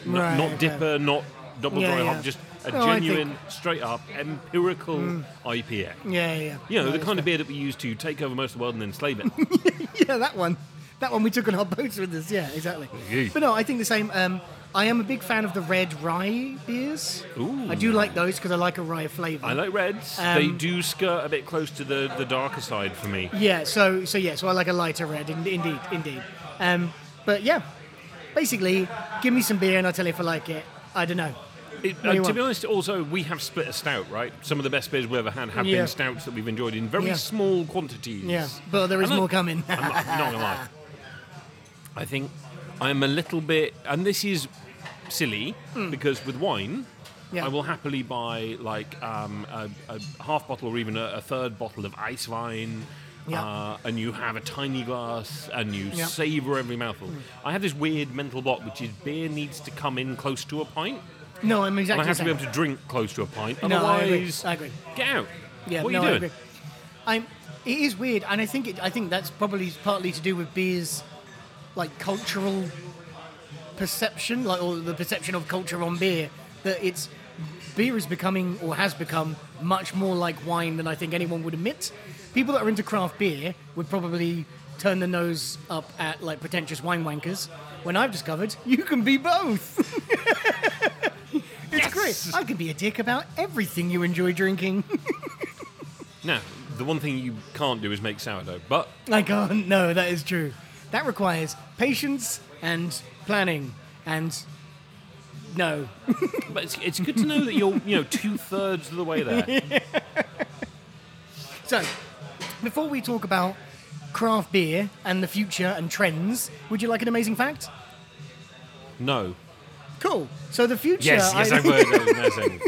B: not,
C: Right,
B: not
C: okay.
B: dipper, not double
C: Yeah,
B: dry
C: yeah.
B: hop, just a
C: No, I think-
B: genuine, straight up, empirical IPA.
C: Yeah, yeah.
B: You know,
C: No,
B: the
C: it's
B: kind of beer that we use to take over most of the world and then slave it.
C: yeah, that one. That one we took on our boats with us. Yeah, exactly.
B: Yeah.
C: But no, I think the same. Um, I am a big fan of the red rye beers.
B: Ooh.
C: I do like those because I like a rye flavour.
B: I like reds. they
C: Um,
B: do skirt a bit close to the, the darker side for me.
C: Yeah. So so yeah. So I like a lighter red. In, indeed, indeed. Um, but yeah, basically, give me some beer and I'll tell you if I like it. I don't know.
B: It,
C: do
B: uh,
C: you
B: to be
C: want?
B: honest, also we have split a stout, right? Some of the best beers we've ever had have
C: Yeah.
B: been stouts that we've enjoyed in very
C: Yeah.
B: small quantities.
C: Yeah. But there is
B: And I-
C: more coming.
B: I'm not, not gonna lie. I think I'm a little bit, and this is silly
C: Hmm.
B: because with wine,
C: Yeah.
B: I will happily buy like um, a, a half bottle or even a, a third bottle of ice wine.
C: Yeah.
B: Uh, and you have a tiny glass and you
C: Yeah.
B: savor every mouthful. I have this weird mental block, which is beer needs to come in close to a pint.
C: no, I'm
B: And
C: exactly.
B: I have
C: the
B: to be
C: same.
B: able to drink close to a pint.
C: No, I agree.
B: Otherwise,
C: I agree.
B: get out.
C: Yeah,
B: what
C: no,
B: are
C: I
B: you
C: agree.
B: doing?
C: I'm, it is weird, and I think it, I think that's probably partly to do with beer's like cultural perception, like or the perception of culture on beer that it's beer is becoming or has become much more like wine than I think anyone would admit. People that are into craft beer would probably turn their nose up at like pretentious wine wankers. When I've discovered you can be both. it's
B: Yes!
C: great. I can be a dick about everything you enjoy drinking.
B: Now, the one thing you can't do is make sourdough, but
C: I can't. uh, No, that is true. That requires patience and planning and no.
B: But it's, it's good to know that you're, you know, two thirds of the way there.
C: So, before we talk about craft beer and the future and trends, would you like an amazing fact?
B: No.
C: Cool. So the future.
B: Yes, yes, I
C: think-
B: would. I was now saying.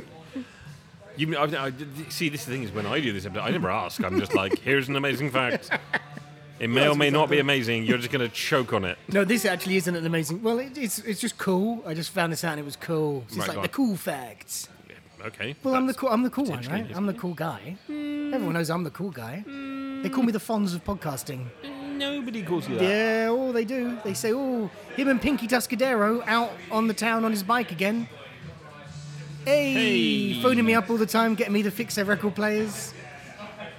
B: You mean- I, I, see, this thing is when I do this episode, I never ask. I'm just like, here's an amazing fact. It may or may not be amazing. You're just going to choke on it.
C: No, this actually isn't an amazing. Well, it, it's it's just cool. I just found this out and it was cool. It's just
B: Right,
C: like
B: go
C: the
B: on.
C: cool facts.
B: Okay.
C: Well, I'm the
B: that's-
C: cool. I'm the cool one,
B: interesting,
C: right? I'm the cool guy. Everyone knows I'm the cool guy. They call me the Fonz of podcasting.
B: Nobody calls you that.
C: Yeah, oh, they do. They say, oh, him and Pinky Tuscadero out on the town on his bike again. Hey,
B: Hey.
C: phoning me up all the time, getting me to fix their record players.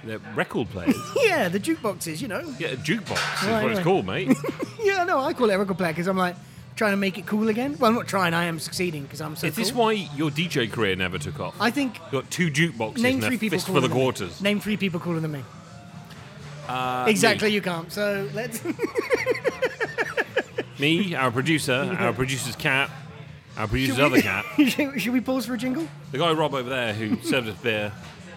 B: They're record players.
C: Yeah, the jukeboxes, you know.
B: yeah, a jukebox is
C: Right,
B: what it's
C: right.
B: called, mate.
C: Yeah, no, I call it a record player because I'm like trying to make it cool again. Well, I'm not trying. I am succeeding because I'm so.
B: is this
C: cool.
B: why your DJ career never took off?
C: I think.
B: you got two jukeboxes
C: Name
B: and a
C: three people
B: fist for
C: cooler
B: the
C: than me.
B: quarters. Uh,
C: Name three people cooler than me. exactly, you can't. So let's.
B: Me, our producer, our producer's cat, our producer's
C: Should we-
B: other cat,
C: should, should we pause for a jingle?
B: the guy Rob over there who served us beer,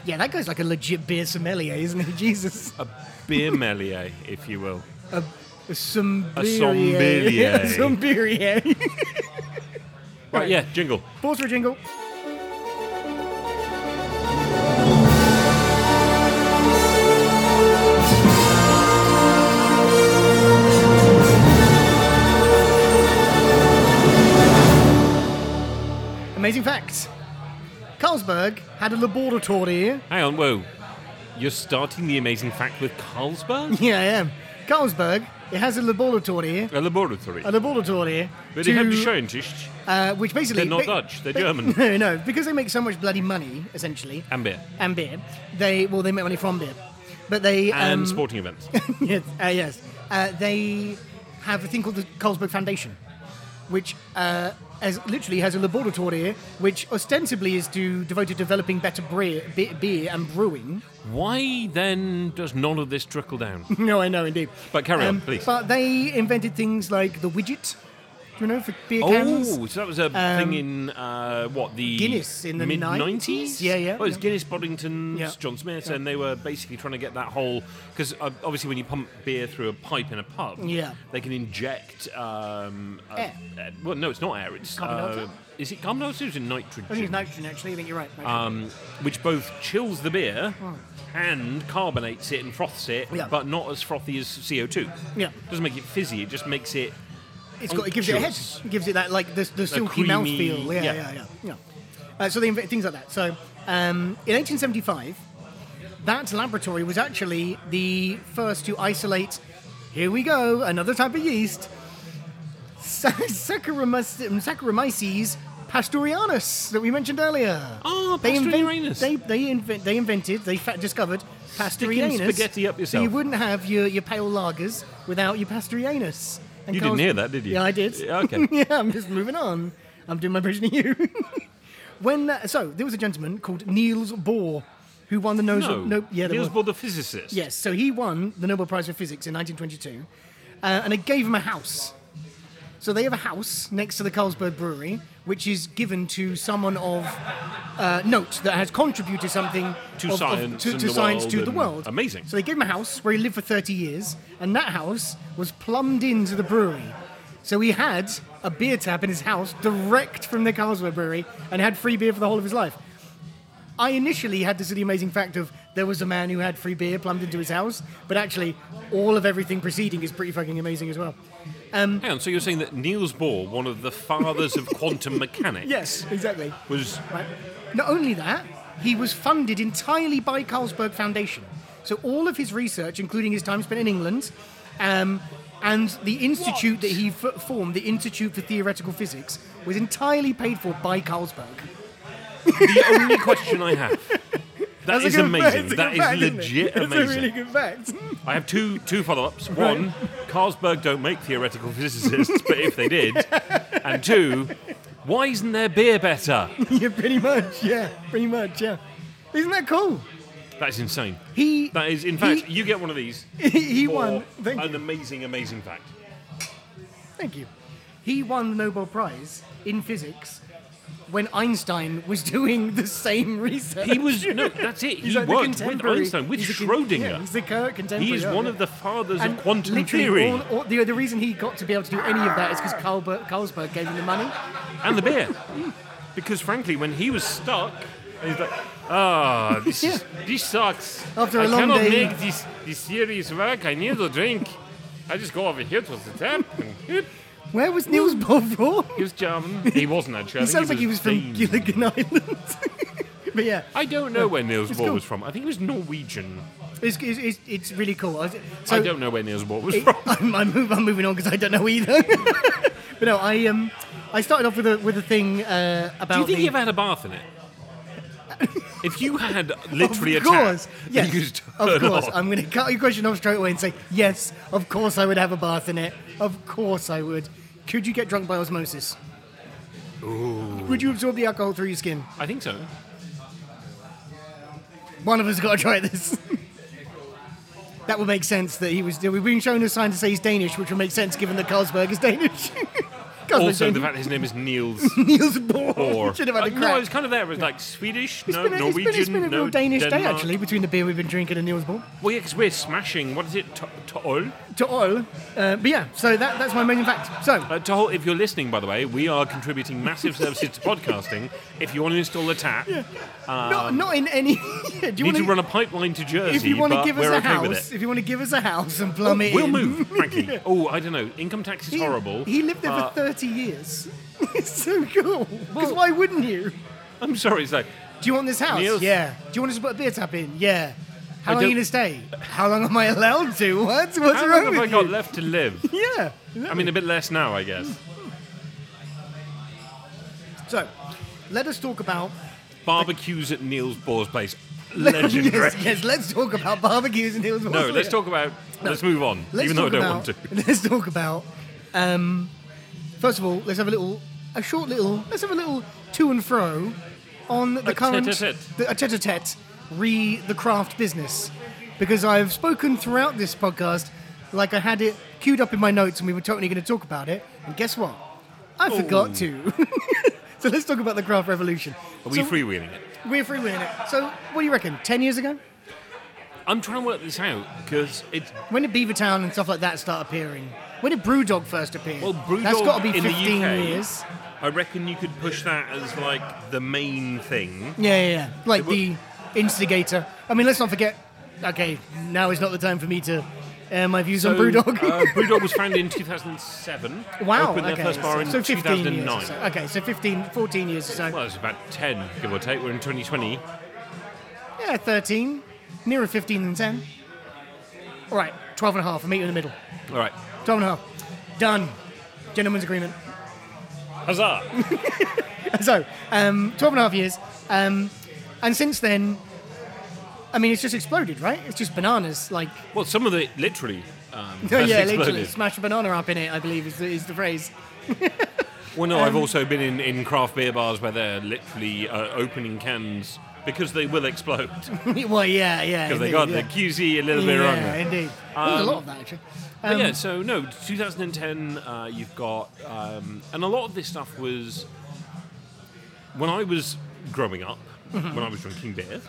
C: Yeah, that guy's like a legit beer sommelier, isn't he? Jesus.
B: a beer melier, if you will.
C: A sommelier.
B: sommelier.
C: a sommelier.
B: Right, yeah, jingle.
C: pause for a jingle. Amazing facts. Carlsberg had a laboratory
B: Hang on, whoa. You're starting the amazing fact with Carlsberg?
C: Yeah, I am. Carlsberg, it has a laboratory,
B: A laboratory.
C: a laboratory,
B: But
C: to,
B: they have to show in Tisch
C: uh, which basically
B: They're not
C: ba-
B: Dutch, they're
C: ba-
B: German.
C: No, no, because they make so much bloody money, essentially,
B: and beer
C: and beer. They well, they make money from beer, but they
B: and
C: um,
B: sporting events.
C: yes, uh, yes, uh, they have a thing called the Carlsberg Foundation, which. Uh, as literally has a laboratory which ostensibly is to devoted to developing better beer, beer, beer and brewing.
B: Why then does none of this trickle down?
C: No, I know indeed. Um,
B: But carry on, please.
C: But they invented things like the widget, you know, for beer cans.
B: Oh, so that was a thing in uh, what the
C: Guinness in the
B: mid
C: 90s? Yeah, yeah,
B: Oh, it was
C: yeah.
B: Guinness, Boddington,
C: Yeah.
B: John Smith, and they were basically trying to get that whole because uh, obviously when you pump beer through a pipe in a pub,
C: Yeah.
B: they can inject. Um, uh,
C: Air.
B: uh, well, no, it's not air. It's
C: Carbon
B: uh,
C: dioxide?
B: is it carbon dioxide? or is it nitrogen?
C: I think it's nitrogen, actually. I think you're right. nitrogen.
B: um, which both chills the beer and carbonates it and froths it,
C: Hmm. Yeah.
B: but not as frothy as CO2.
C: Yeah.
B: Doesn't make it fizzy, it just makes it.
C: it's got, it gives it a head.
B: unctuous.
C: It gives it that, like, the, the silky
B: creamy-
C: mouthfeel. Yeah,
B: yeah.
C: yeah, yeah. yeah, Uh, so they invented things like that. So um, in 1875, that laboratory was actually the first to isolate, here we go, another type of yeast, Sa- Saccharomyces Saccharomyces pastorianus that we mentioned earlier.
B: Ah,
C: They invent-
B: Pastorianus.
C: They they, invent, they invented they fa- discovered pastorianus.
B: spaghetti up
C: So you
B: yourself.
C: wouldn't have your, your pale lagers without your pastorianus. And
B: You didn't
C: Carl's-
B: hear that, did you?
C: Yeah, I did.
B: Yeah, okay.
C: yeah, I'm just moving on. I'm doing my impression of you. when uh, so there was a gentleman called Niels Bohr who won the
B: No,
C: Nobel. no- yeah, there
B: Niels
C: was.
B: Bohr, the physicist.
C: Yes, so he won the Nobel Prize for Physics in 1922, uh, and it gave him a house. So they have a house next to the Carlsberg Brewery, which is given to someone of uh, note that has contributed something
B: To
C: of- of-
B: science
C: to,
B: and
C: to
B: the
C: science
B: world
C: to the
B: and-
C: world.
B: amazing.
C: So they gave him a house where he lived for 30 years, and that house was plumbed into the brewery. So he had a beer tap in his house direct from the Carlsberg Brewery, and had free beer for the whole of his life. I initially had this really amazing fact of there was a man who had free beer plumbed into his house, but actually, all of everything preceding is pretty fucking amazing as well.
B: Hang on, so you're saying that Niels Bohr, one of the fathers of quantum mechanics,
C: Yes, exactly.
B: was
C: Right. Not only that, he was funded entirely by Carlsberg Foundation. So all of his research, including his time spent in England, um, and the institute that he f- formed, the Institute for Theoretical Physics, was entirely paid for by Carlsberg.
B: the only question I have. That
C: That's
B: is
C: a good fact,
B: amazing.
C: it's a
B: That
C: good
B: is
C: fact, isn't it?
B: legit
C: That's
B: amazing.
C: a really good fact.
B: I have two two follow ups. One, Carlsberg don't make theoretical physicists, but if they did, and two, why isn't their beer better?
C: yeah, pretty much. Yeah, pretty much. Yeah. Isn't that cool?
B: That's insane.
C: He
B: That is, in
C: he-
B: fact, you get one of these.
C: he, he
B: for
C: won. Thank
B: an
C: you.
B: amazing, amazing fact.
C: Thank you. He won the Nobel Prize in physics when Einstein was doing the same research.
B: He was no, that's it.
C: He's
B: he
C: like the
B: worked with
C: contemporary-
B: Einstein, with
C: he's the con- yeah,
B: Schrodinger.
C: he's the cur- contemporary.
B: he is
C: yeah,
B: one
C: yeah.
B: of the fathers
C: And
B: of quantum
C: literally
B: theory
C: all- all- the, the reason he got to be able to do any of that is because Carlsberg, Carlsberg gave him the money.
B: and the beer. Because frankly, when he was stuck, And he's like, ah, this, is, this sucks.
C: After a
B: I
C: long
B: cannot
C: day."
B: make this, this series work. I need a drink. I just go over here to the tap. And hit.
C: Where was Niels Bohr from?
B: he was German. He wasn't actually. I
C: He
B: think
C: sounds like he was from
B: Dane.
C: Gilligan Island. but yeah,
B: I don't know where Niels Bohr
C: cool.
B: was from. I think he was Norwegian.
C: it's, it's, it's, it's really cool. I- So
B: I don't know where Niels Bohr was
C: it-
B: from.
C: I'm, I'm, move- I'm moving on because I don't know either. but no, I um, I started off with a with a thing uh, about.
B: Do you think
C: the-
B: you ever had a bath in it? if you had literally
C: of
B: a tap,
C: course,
B: that
C: yes,
B: you could turn
C: of course.
B: on.
C: I'm going to cut your question off straight away and say yes. Of course, I would have a bath in it. Of course, I would. Could you get drunk by osmosis? Would you absorb the alcohol through your skin?
B: I think so.
C: One of us got to try this. that would make sense that he was. We've been shown a sign to say he's Danish, which would make sense given that Carlsberg is Danish. Carlsberg's
B: Also, the
C: Danish.
B: fact his name is Niels
C: Niels Bohr.
B: Bohr.
C: Should have had a
B: Uh,
C: crack.
B: no, I was kind of there. It was like Swedish,
C: It's
B: no
C: been a, it's been-
B: Norwegian,
C: it's been a real
B: no
C: Danish day
B: Denmark.
C: actually between the beer we've been drinking and Niels Bohr.
B: Well, yeah, because we're smashing. What is it? To- Toll.
C: To oil, uh, but yeah. So that, that's my main fact. So
B: Uh, Toll. If you're listening, by the way, we are contributing massive services to podcasting. If you want to install a tap,
C: not, not in any. do you
B: you Um, need
C: want
B: to run a pipeline to Jersey.
C: if you want to
B: but
C: give us
B: we're
C: a
B: okay with
C: house,
B: it.
C: if you want to give us a house and plumb it
B: We'll
C: in,
B: move, frankly. Oh, I don't know. Income tax is
C: He-
B: horrible.
C: He lived there
B: Uh,
C: for 30 years. it's so cool. Because
B: Well-
C: why wouldn't you?
B: I'm sorry. It's like
C: Do you want this house?
B: Niels-
C: Yeah. Do you want us to put a beer tap in? Yeah. How
B: I
C: long are you
B: don't-
C: going to stay? How long am I allowed to? What? What's
B: how
C: wrong
B: long have
C: with
B: I got
C: you?
B: left to live?
C: Yeah.
B: I mean, a bit less now, I guess.
C: So, let us talk about.
B: Barbecues at Niels Bohr's place. Legendary.
C: yes, yes, let's talk about barbecues and hills.
B: No, let's talk about. Let's move on,
C: Let's
B: even though I
C: talk
B: don't want
C: about,
B: to.
C: Let's talk about. Um, first of all, let's have a little, a short little. Let's have a little to and fro on the
B: A
C: current,
B: tête-à-tête.
C: the, a tete-a-tete, re the craft business, because I've spoken throughout this podcast like I had it queued up in my notes and we were totally going to talk about it. And guess what? I
B: Oh.
C: forgot to. so let's talk about the craft revolution.
B: Are we
C: so
B: freewheeling it?
C: We're freewheeling it. So what do you reckon? Ten years ago,
B: I'm trying to work this out because it's
C: when did Beavertown and stuff like that start appearing? When did Brewdog first appear?
B: well, brewdog
C: That's got to be
B: in
C: 15
B: the UK.
C: years.
B: I reckon you could push that as like the main thing.
C: Yeah, yeah, yeah. Like
B: It w-
C: the instigator. I mean, let's not forget. Okay, now is not the time for me to air my views on
B: So,
C: Brewdog.
B: uh, Brewdog was founded in 2007.
C: wow.
B: Opened
C: okay.
B: their first bar
C: so,
B: in
C: so 15 years. Or
B: 2009.
C: so. Okay, so 15, 14 years or so.
B: Well, it's about 10, give or take. We're in 2020.
C: yeah, 13. Nearer 15 than 10. All right, 12 and a half. I'll meet you in the middle.
B: All right.
C: 12 and a half. Done. Gentleman's agreement.
B: Huzzah!
C: So, um, 12 and a half years. Um, and since then, I mean, it's just exploded, right? It's just bananas. Like,
B: well, some of the literally. Um,
C: yeah,
B: has exploded.
C: literally, smash a banana up in it, I believe, is the, is the phrase.
B: Well, no, I've
C: Um,
B: also been in, in craft beer bars where they're literally uh, opening cans because they will explode
C: well, yeah, yeah.
B: because they
C: indeed,
B: got the
C: yeah.
B: QZ a little bit wrong.
C: Yeah,
B: there.
C: indeed. There's a lot of that, actually.
B: But
C: Um,
B: yeah, so no, 2010, uh, you've got, um, and a lot of this stuff was when I was growing up,
C: Mm-hmm.
B: when I was drinking beer.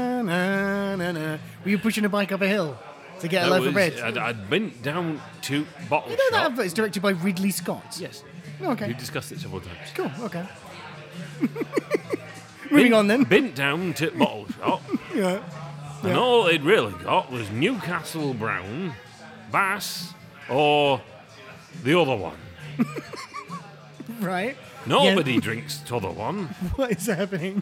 C: Ba-na-na-na-na-na. Were you pushing a bike up a hill to get a
B: that
C: loaf
B: was- uh,
C: of bread?
B: I'd, I'd been down to bottle
C: you know that
B: shop.
C: advert is directed by Ridley Scott?
B: Yes.
C: Okay.
B: We've discussed it several times.
C: Cool, okay. Moving on then.
B: Bent down to bottle shop,
C: Yeah.
B: and all they'd really got was Newcastle Brown, Bass, or the other one.
C: Right.
B: Nobody drinks the other one.
C: What is happening?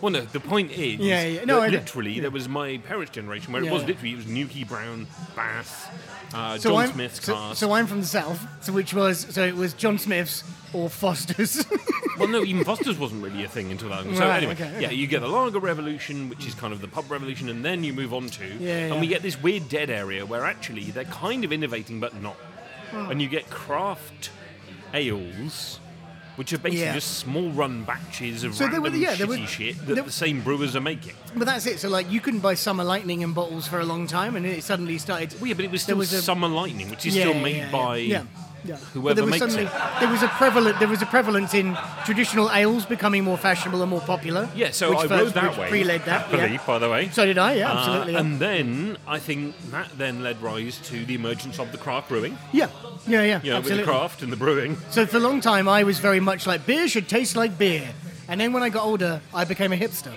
B: Well, no, the point is,
C: Yeah, yeah, no,
B: that
C: I know.
B: literally, there was my parents' generation where
C: Yeah,
B: it was
C: yeah.
B: literally, it was Nuki Brown, Bass, uh,
C: So
B: John
C: I'm,
B: Smith's
C: so-
B: cast.
C: So, I'm from the south, so which was so it was John Smith's or Foster's.
B: well, no, even Foster's wasn't really a thing until that. So
C: Right,
B: anyway,
C: okay, okay.
B: yeah, you get the lager revolution, which is kind of the pub revolution, and then you move on to,
C: Yeah,
B: and
C: yeah.
B: we get this weird dead area where actually they're kind of innovating but not, and you get craft ales. Which are basically
C: Yeah.
B: just small run batches of
C: So there
B: random
C: were- yeah, there
B: shitty
C: were-
B: shit that
C: there-
B: the same brewers are making.
C: but that's it. So like you couldn't buy Summer Lightning in bottles for a long time, and it suddenly started.
B: Well, yeah, but it was
C: There
B: still
C: was a-
B: Summer Lightning, which is
C: Yeah,
B: still
C: yeah,
B: made
C: yeah,
B: by
C: yeah, yeah. But
B: whoever
C: there was
B: makes
C: suddenly, There was a prevalent. There was a prevalence in traditional ales becoming more fashionable and more popular.
B: Yeah, so
C: which
B: I
C: first-
B: rode that
C: which
B: way.
C: Pre-led that.
B: happily,
C: Yeah.
B: by the way.
C: So did I. Yeah,
B: Uh,
C: absolutely.
B: and then I think that then led rise to the emergence of the craft brewing.
C: yeah, yeah, yeah.
B: You know, with
C: absolutely.
B: the craft and the brewing.
C: So for a long time, I was very much like beer should taste like beer. And then when I got older, I became a hipster.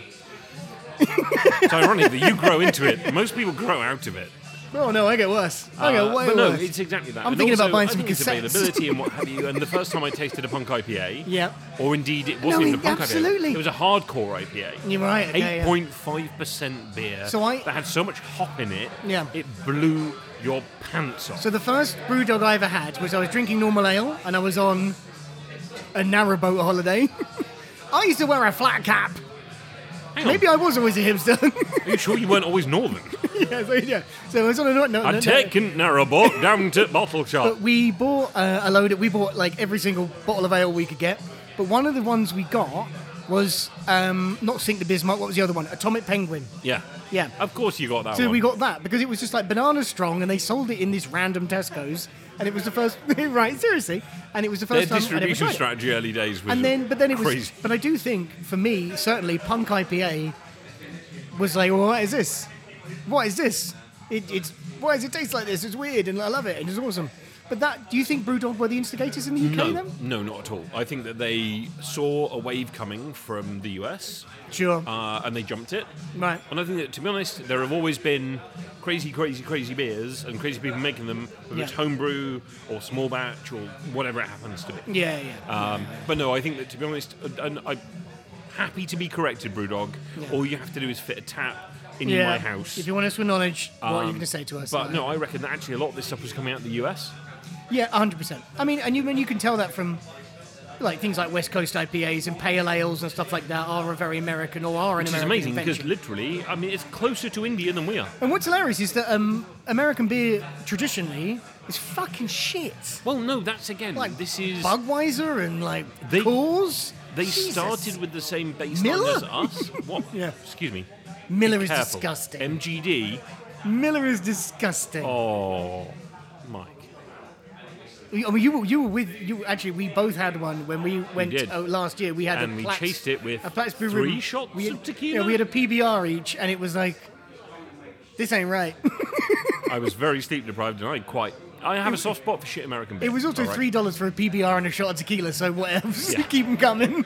B: It's ironic that you grow into it. Most people grow out of it.
C: Oh no, I get worse. I get
B: Uh,
C: way
B: but no,
C: worse.
B: it's exactly that.
C: I'm
B: And
C: thinking
B: also,
C: about buying
B: I
C: some
B: think it's
C: cassettes.
B: availability and what have you. And the first time I tasted a punk IPA,
C: Yeah.
B: or indeed it wasn't
C: No,
B: even a punk
C: absolutely.
B: IPA, it was a hardcore IPA.
C: You're right, okay, yeah.
B: Eight point five percent beer.
C: So I-
B: that had so much hop in it.
C: Yeah.
B: it blew your pants off.
C: So the first brew dog I ever had was I was drinking normal ale and I was on a narrowboat holiday. I used to wear a flat cap.
B: Hang on,
C: Maybe I was always a hipster.
B: are you sure you weren't always northern?
C: yeah, so, yeah. So I was on a no, no, no,
B: I'd
C: no.
B: taken Narrowboat down to bottle shop.
C: But we bought uh, a load. Of, we bought like every single bottle of ale we could get. But one of the ones we got was um, not Sink the Bismarck. What was the other one? Atomic Penguin.
B: yeah,
C: Yeah.
B: Of course you got that
C: So
B: one.
C: we got that because it was just like banana strong, and they sold it in this random Tesco's, and it was the first right seriously, and it was the
B: Their
C: first time I'd ever
B: distribution
C: tried it.
B: strategy early days was
C: And then, but then it was.
B: crazy.
C: But I do think for me, certainly, punk IPA was like, well, what is this? What is this? It, it's why does it taste like this? It's weird, and I love it, and it's awesome. But that, do you think BrewDog were the instigators in the UK?
B: No,
C: Then
B: no, not at all. I think that they saw a wave coming from the US
C: sure,
B: uh, and they jumped it.
C: right.
B: And I think that, to be honest, there have always been crazy, crazy, crazy beers and crazy people making them, whether it's
C: Yeah.
B: homebrew or small batch or whatever it happens to be.
C: Yeah, yeah.
B: Um, but no, I think that, to be honest, and- and I'm happy to be corrected, Brewdog. All you have to do is fit a tap in
C: yeah.
B: my house.
C: If you want us to acknowledge what you're
B: Um,
C: going to say to us,
B: But
C: uh,
B: no, I reckon that actually a lot of this stuff was coming out of the US.
C: Yeah, hundred percent. I mean, and you and you can tell that from like things like West Coast IPAs and pale ales and stuff like that are a very American or are an
B: Which is
C: American
B: amazing because
C: invention.
B: literally, I mean, it's closer to India than we are.
C: and what's hilarious is that um, American beer traditionally is fucking shit.
B: Well, no, that's again.
C: Like
B: this is
C: Budweiser and like
B: They-
C: Coors.
B: they
C: Jesus.
B: started with the same baseline
C: Miller?
B: as us. What?
C: Yeah.
B: Excuse me.
C: Miller is
B: Careful.
C: disgusting.
B: MGD.
C: Miller is disgusting.
B: Oh, Mike.
C: I mean, you were, you were with you actually. We both had one when we went
B: did.
C: oh, last year. We had a
B: And we
C: Platts-
B: chased it with
C: a Platts Brew
B: three
C: Ribbon.
B: shots
C: we had,
B: of tequila?
C: Yeah, we had a PBR each, and it was like, this ain't right.
B: I was very sleep deprived and I quite. I have a soft spot for shit American beer.
C: It was also
B: all right?
C: three dollars for a PBR and a shot of tequila, so whatever.
B: Yeah.
C: Keep them coming.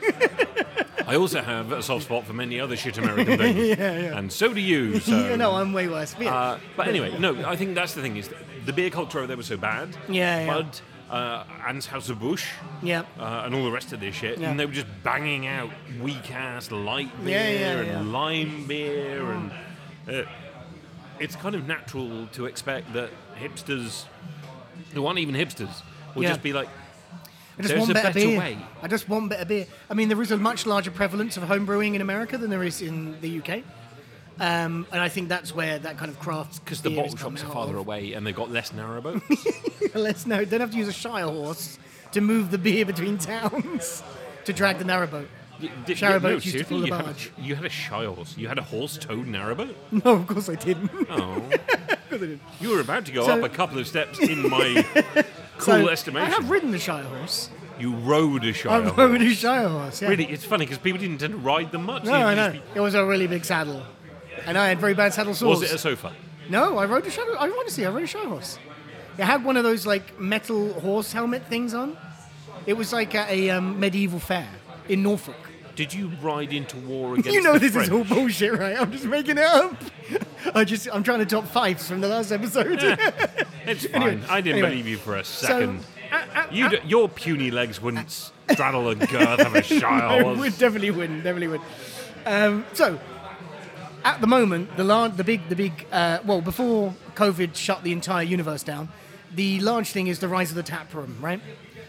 B: I also have a soft spot for many other shit American beers. And so do you. So.
C: no, I'm way worse. But, yeah.
B: Uh, but anyway, no, I think that's the thing is the beer culture over there was so bad.
C: Yeah, yeah.
B: Bud, uh, Anne's House of Bush,
C: yeah.
B: uh, and all the rest of this shit,
C: Yeah.
B: and they were just banging out weak ass light beer
C: Yeah, yeah,
B: and
C: yeah.
B: lime beer, and uh, it's kind of natural to expect that hipsters, who aren't even hipsters, will
C: Yeah.
B: just be like,
C: I just
B: there's
C: want
B: a
C: better,
B: better
C: beer.
B: way.
C: I just want better beer. I mean, there is a much larger prevalence of home brewing in America than there is in the UK, um, and I think that's where that kind of craft
B: because the
C: beer
B: bottle
C: is
B: shops are
C: coming
B: farther
C: out
B: away and they've got less narrowboats.
C: of. Let's know. Don't have to use a shire horse to move the beer between towns to drag the narrowboat.
B: Y- d-
C: Shire
B: yeah,
C: boats
B: no,
C: used to
B: seriously,
C: pull the
B: you, had a,
C: barge.
B: you had a shy horse. You had a horse toed narrowboat?
C: No, of course I didn't.
B: Oh. you were about to go
C: So-
B: up a couple of steps in my cool
C: So,
B: estimation.
C: I have ridden the shire horse.
B: you rode a
C: I
B: shire horse.
C: rode a shire horse. Yeah.
B: Really, it's funny because people didn't tend to ride them much.
C: No,
B: They'd
C: I
B: just
C: know. It was a really big saddle. And I had very bad saddle
B: be-
C: sores.
B: was it a sofa?
C: no, I rode a shadow. I honestly, I rode a shadow horse. It had one of those like metal horse helmet things on. It was like at a um, medieval fair in Norfolk.
B: Did you ride into war against?
C: you know
B: the
C: this is all
B: French?
C: bullshit, right? I'm just making it up. I just I'm trying to top fives from the last episode.
B: It's fine. I didn't
C: anyway.
B: believe you for a
C: so
B: second.
C: uh, uh,
B: you, d- your puny legs wouldn't straddle the girth of a shire
C: I
B: horse.
C: would definitely win, definitely win. Um, so, at the moment, the large, the big, the big, uh, well, before COVID shut the entire universe down, the large thing is the rise of the tap room, right?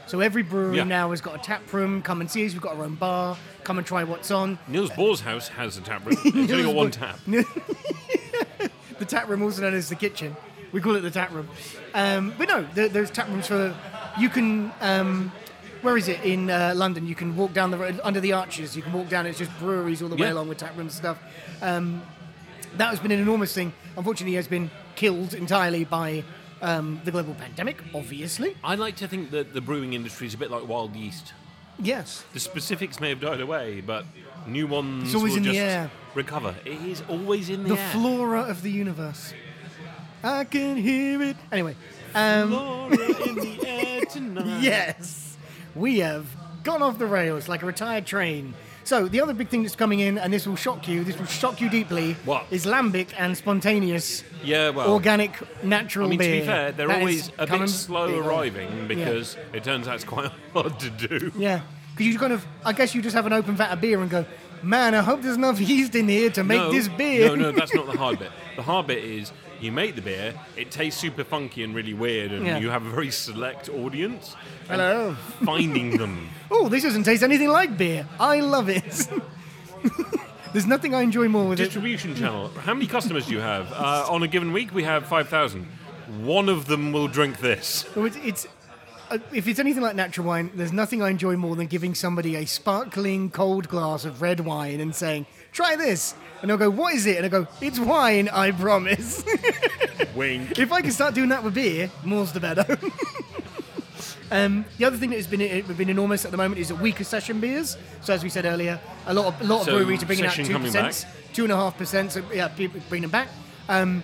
C: So every brewery
B: Yeah.
C: now has got a tap room. Come and see us. We've got our own bar. Come and try what's on.
B: Niels Bohr's house has a tap room. It's only got one
C: Bohr's-
B: tap.
C: The tap room, also known as the kitchen, we call it the tap room. Um, but no, there, there's tap rooms for you can. Um, where is it in uh, London? You can walk down the road under the arches. You can walk down. It's just breweries all the way
B: Yeah.
C: along with tap rooms and stuff. Um, that has been an enormous thing. Unfortunately, it has been killed entirely by um, the global pandemic. Obviously,
B: I like to think that the brewing industry is a bit like wild yeast.
C: yes.
B: The specifics may have died away, but new ones
C: It's always
B: will
C: in the
B: just
C: air.
B: recover. It is always in the,
C: The
B: air.
C: flora of the universe. I can hear it. Anyway,
B: Flora in the air tonight.
C: yes, we have gone off the rails like a retired train. So the other big thing that's coming in, and this will shock you, this will shock you deeply,
B: What?
C: is lambic and spontaneous,
B: Yeah, well,
C: organic, natural
B: I mean,
C: beer.
B: to be fair, they're
C: That is
B: always a
C: coming
B: bit slow
C: big on.
B: arriving because it turns out it's quite hard to do.
C: Yeah, because you kind of, I guess you just have an open vat of beer and go, man, I hope there's enough yeast in here to make
B: no,
C: this beer.
B: No, no, that's not the hard bit. The hard bit is you make the beer, it tastes super funky and really weird, and
C: Yeah.
B: you have a very select audience. and
C: Hello.
B: Finding them.
C: Oh, this doesn't taste anything like beer. I love it. There's nothing I enjoy more with it.
B: Distribution channel. How many customers do you have? Uh, on a given week, we have 5,000. One of them will drink this.
C: Well, It's, it's uh, if it's anything like natural wine, there's nothing I enjoy more than giving somebody a sparkling cold glass of red wine and saying, "Try this," and they'll go, "What is it?" And I go, "It's wine, I promise."
B: Wink.
C: if I can start doing that with beer, more's the better. Um, the other thing that has been uh, been enormous at the moment is that weaker session beers. So as we said earlier, a lot of a lot
B: So,
C: of breweries are bringing out
B: session
C: two
B: coming back.
C: percent, two and a half percent. So yeah, people bring them back. Um,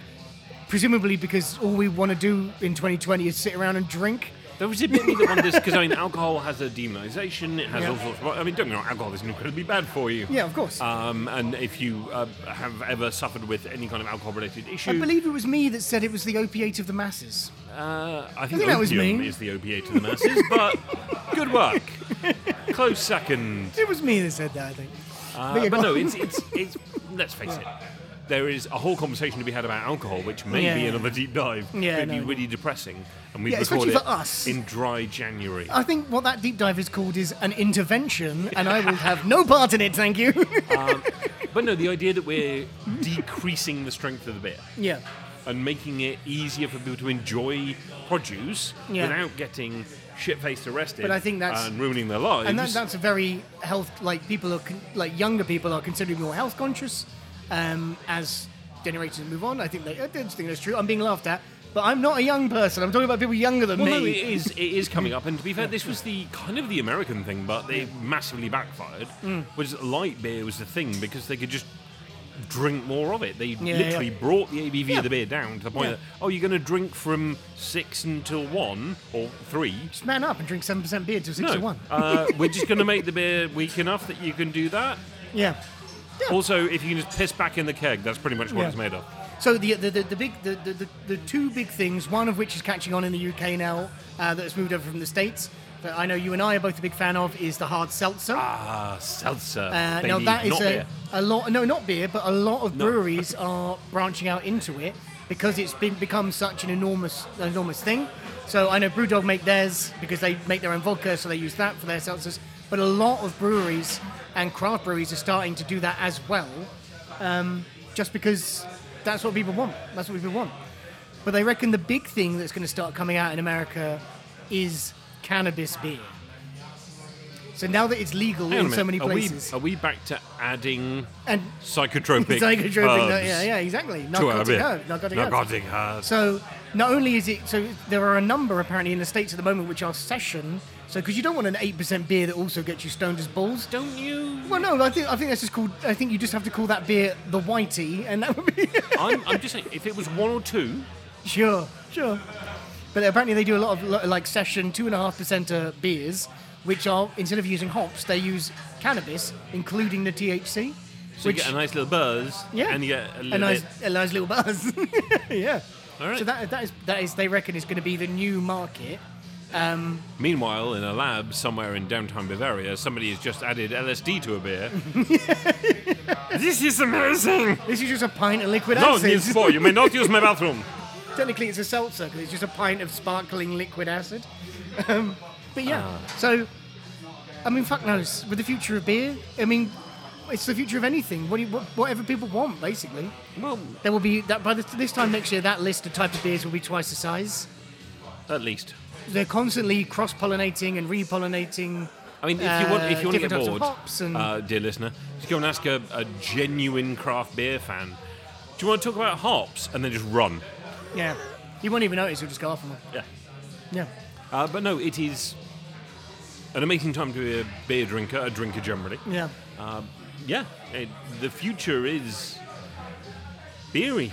C: presumably because all we want to do in 2020 is sit around and drink.
B: There was a bit of me that wondered this because I mean, alcohol has a demonization. It has all sorts. Of, I mean, don't get me wrong, alcohol is incredibly bad for you.
C: Yeah, of course.
B: Um, and if you uh, have ever suffered with any kind of alcohol-related issue,
C: I believe it was me that said it was the opiate of the masses.
B: uh, I think,
C: think that was
B: opium
C: me.
B: is the opiate to the masses. but good work, close second.
C: It was me that said that, I think.
B: Uh,
C: But yeah,
B: but
C: go
B: no,
C: on.
B: it's, it's it's let's face it. There is a whole conversation to be had about alcohol, which may be
C: Yeah.
B: another deep dive.
C: Yeah,
B: It'd be
C: no.
B: really depressing, and we
C: Yeah,
B: record
C: especially
B: it
C: for us. Uh.
B: in dry January.
C: I think what that deep dive is called is an intervention, and I will have no part in it, thank you.
B: But no, the idea that we're decreasing the strength of the beer.
C: yeah.
B: and making it easier for people to enjoy produce
C: Yeah.
B: without getting shit faced arrested
C: But I think that's-
B: and ruining their lives.
C: And that, that's a very health, like, people are, con- like, younger people are considerably more health conscious um, as generations move on. I think, they, I don't think that's true. I'm being laughed at, but I'm not a young person. I'm talking about people younger than
B: well,
C: me.
B: no, it is, it is coming up, and to be fair, this was the kind of the American thing, but they massively backfired.
C: Mm.
B: Was light beer was the thing because they could just drink more of it. They
C: Yeah,
B: literally
C: yeah.
B: brought the ABV
C: Yeah.
B: of the beer down to the point
C: Yeah.
B: that oh, you're going to drink from six until one or three.
C: Just man up and drink 7% beer till 6
B: No,
C: to 1.
B: uh, we're just going to make the beer weak enough that you can do that.
C: Yeah.
B: Also, if you can just piss back in the keg, that's pretty much what
C: Yeah.
B: it's made of.
C: So the the, the, the big the, the, the, the two big things, one of which is catching on in the UK now, uh, that's moved over from the states. That I know you and I are both a big fan of is the hard seltzer.
B: Ah, seltzer.
C: Uh,
B: baby,
C: now that is
B: not
C: a,
B: beer.
C: a lot. No, not beer, but a lot of breweries are branching out into it because it's been become such an enormous enormous thing. So I know BrewDog make theirs because they make their own vodka, so they use that for their seltzers. But a lot of breweries and craft breweries are starting to do that as well, um, just because that's what people want. That's what people want. But they reckon the big thing that's going to start coming out in America is cannabis beer. So now that it's legal
B: Hang on a
C: in so
B: minute,
C: many
B: are we-
C: places,
B: Are we, back to adding
C: and
B: psychotropic,
C: psychotropic, no,
B: herbs
C: yeah, yeah, exactly.
B: to our
C: Narcotic
B: beer?
C: herb, narcotic herb.
B: Narcotic herbs.
C: So not only is it so there are a number apparently in the states at the moment which are session. So because you don't want an eight percent beer that also gets you stoned as balls.
B: Don't you?
C: Well, no, I think I think that's just called. I think you just have to call that beer the whitey, and that would be
B: I'm, I'm just saying, if it was one or two,
C: sure, sure. But apparently they do a lot of lo- like session two and a half percent beers, which are instead of using hops, they use cannabis, including the THC.
B: so you get a nice little buzz,
C: Yeah.
B: and you get a little
C: a nice,
B: bit.
C: a nice little buzz. yeah.
B: All right.
C: So that, that is that is they reckon is going to be the new market.
B: Meanwhile, in a lab somewhere in downtown Bavaria, somebody has just added LSD to a beer. this is amazing!
C: This is just a pint of liquid
B: No,
C: acid.
B: Niels Bohr, you may not use my bathroom.
C: Technically, it's a seltzer 'cause it's just a pint of sparkling liquid acid. Um, but yeah,
B: Ah.
C: so I mean, fuck knows with the future of beer. I mean, it's the future of anything. What, do you, what whatever people want, basically.
B: Well,
C: There will be that by this, this time next year, that list of type of beers will be twice the size.
B: at least.
C: They're constantly cross-pollinating and repollinating.
B: I mean, if you want, if you want to
C: different
B: get
C: types of
B: bored,
C: hops and-
B: uh, dear listener, just go and ask a, a genuine craft beer fan. Do you want to talk about hops? And then just run.
C: Yeah, you won't even notice. You'll just go off on it.
B: Yeah.
C: Yeah.
B: Uh, but no, it is an amazing time to be a beer drinker, a drinker generally.
C: Yeah.
B: Yeah, it, the future is beery.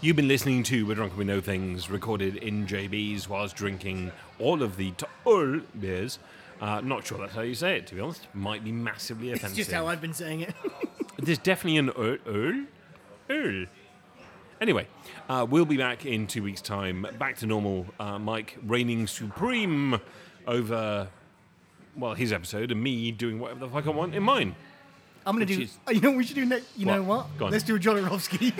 B: You've been listening to We're Drunk and We Know Things, recorded in JB's whilst drinking all of the t- all beers Uh, not sure that's how you say it, to be honest. Might be massively offensive.
C: It's just how I've been saying it.
B: There's definitely an earl. Earl? Earl. Anyway, uh, we'll be back in two weeks' time. Back to normal. Uh, Mike reigning supreme over, well, his episode and me doing whatever the fuck I want in mine.
C: I'm gonna do.
B: is-
C: oh, you know what we should do next? You know
B: What?
C: what?
B: Go on.
C: Let's do a Jodorowsky.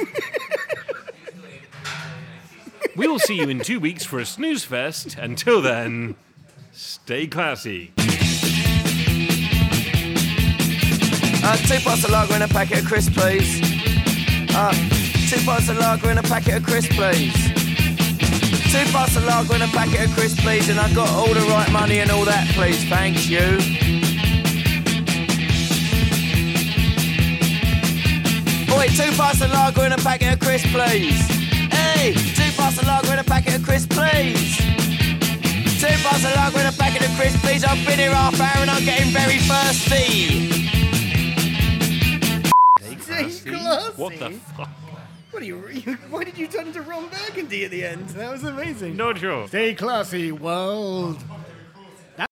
B: We will see you in two weeks for a snooze fest. Until then, stay classy.
E: Uh, two parts of lager and a packet of crisps, please. Uh, two parts of lager and a packet of crisps, please. Two parts of lager and a packet of crisps, please. And I got all the right money and all that, please. Thanks, you. Boy, two parts of lager and a packet of crisps, please. Hey, two parts of lager and a packet of crisps, please. Two parts of lager and a packet of crisps, please. I've been here half hour and I'm getting very thirsty.
B: What the fuck?
C: What are you, you? Why did you turn into Ron Burgundy at the end? That was amazing.
B: Not sure.
C: Stay classy, world.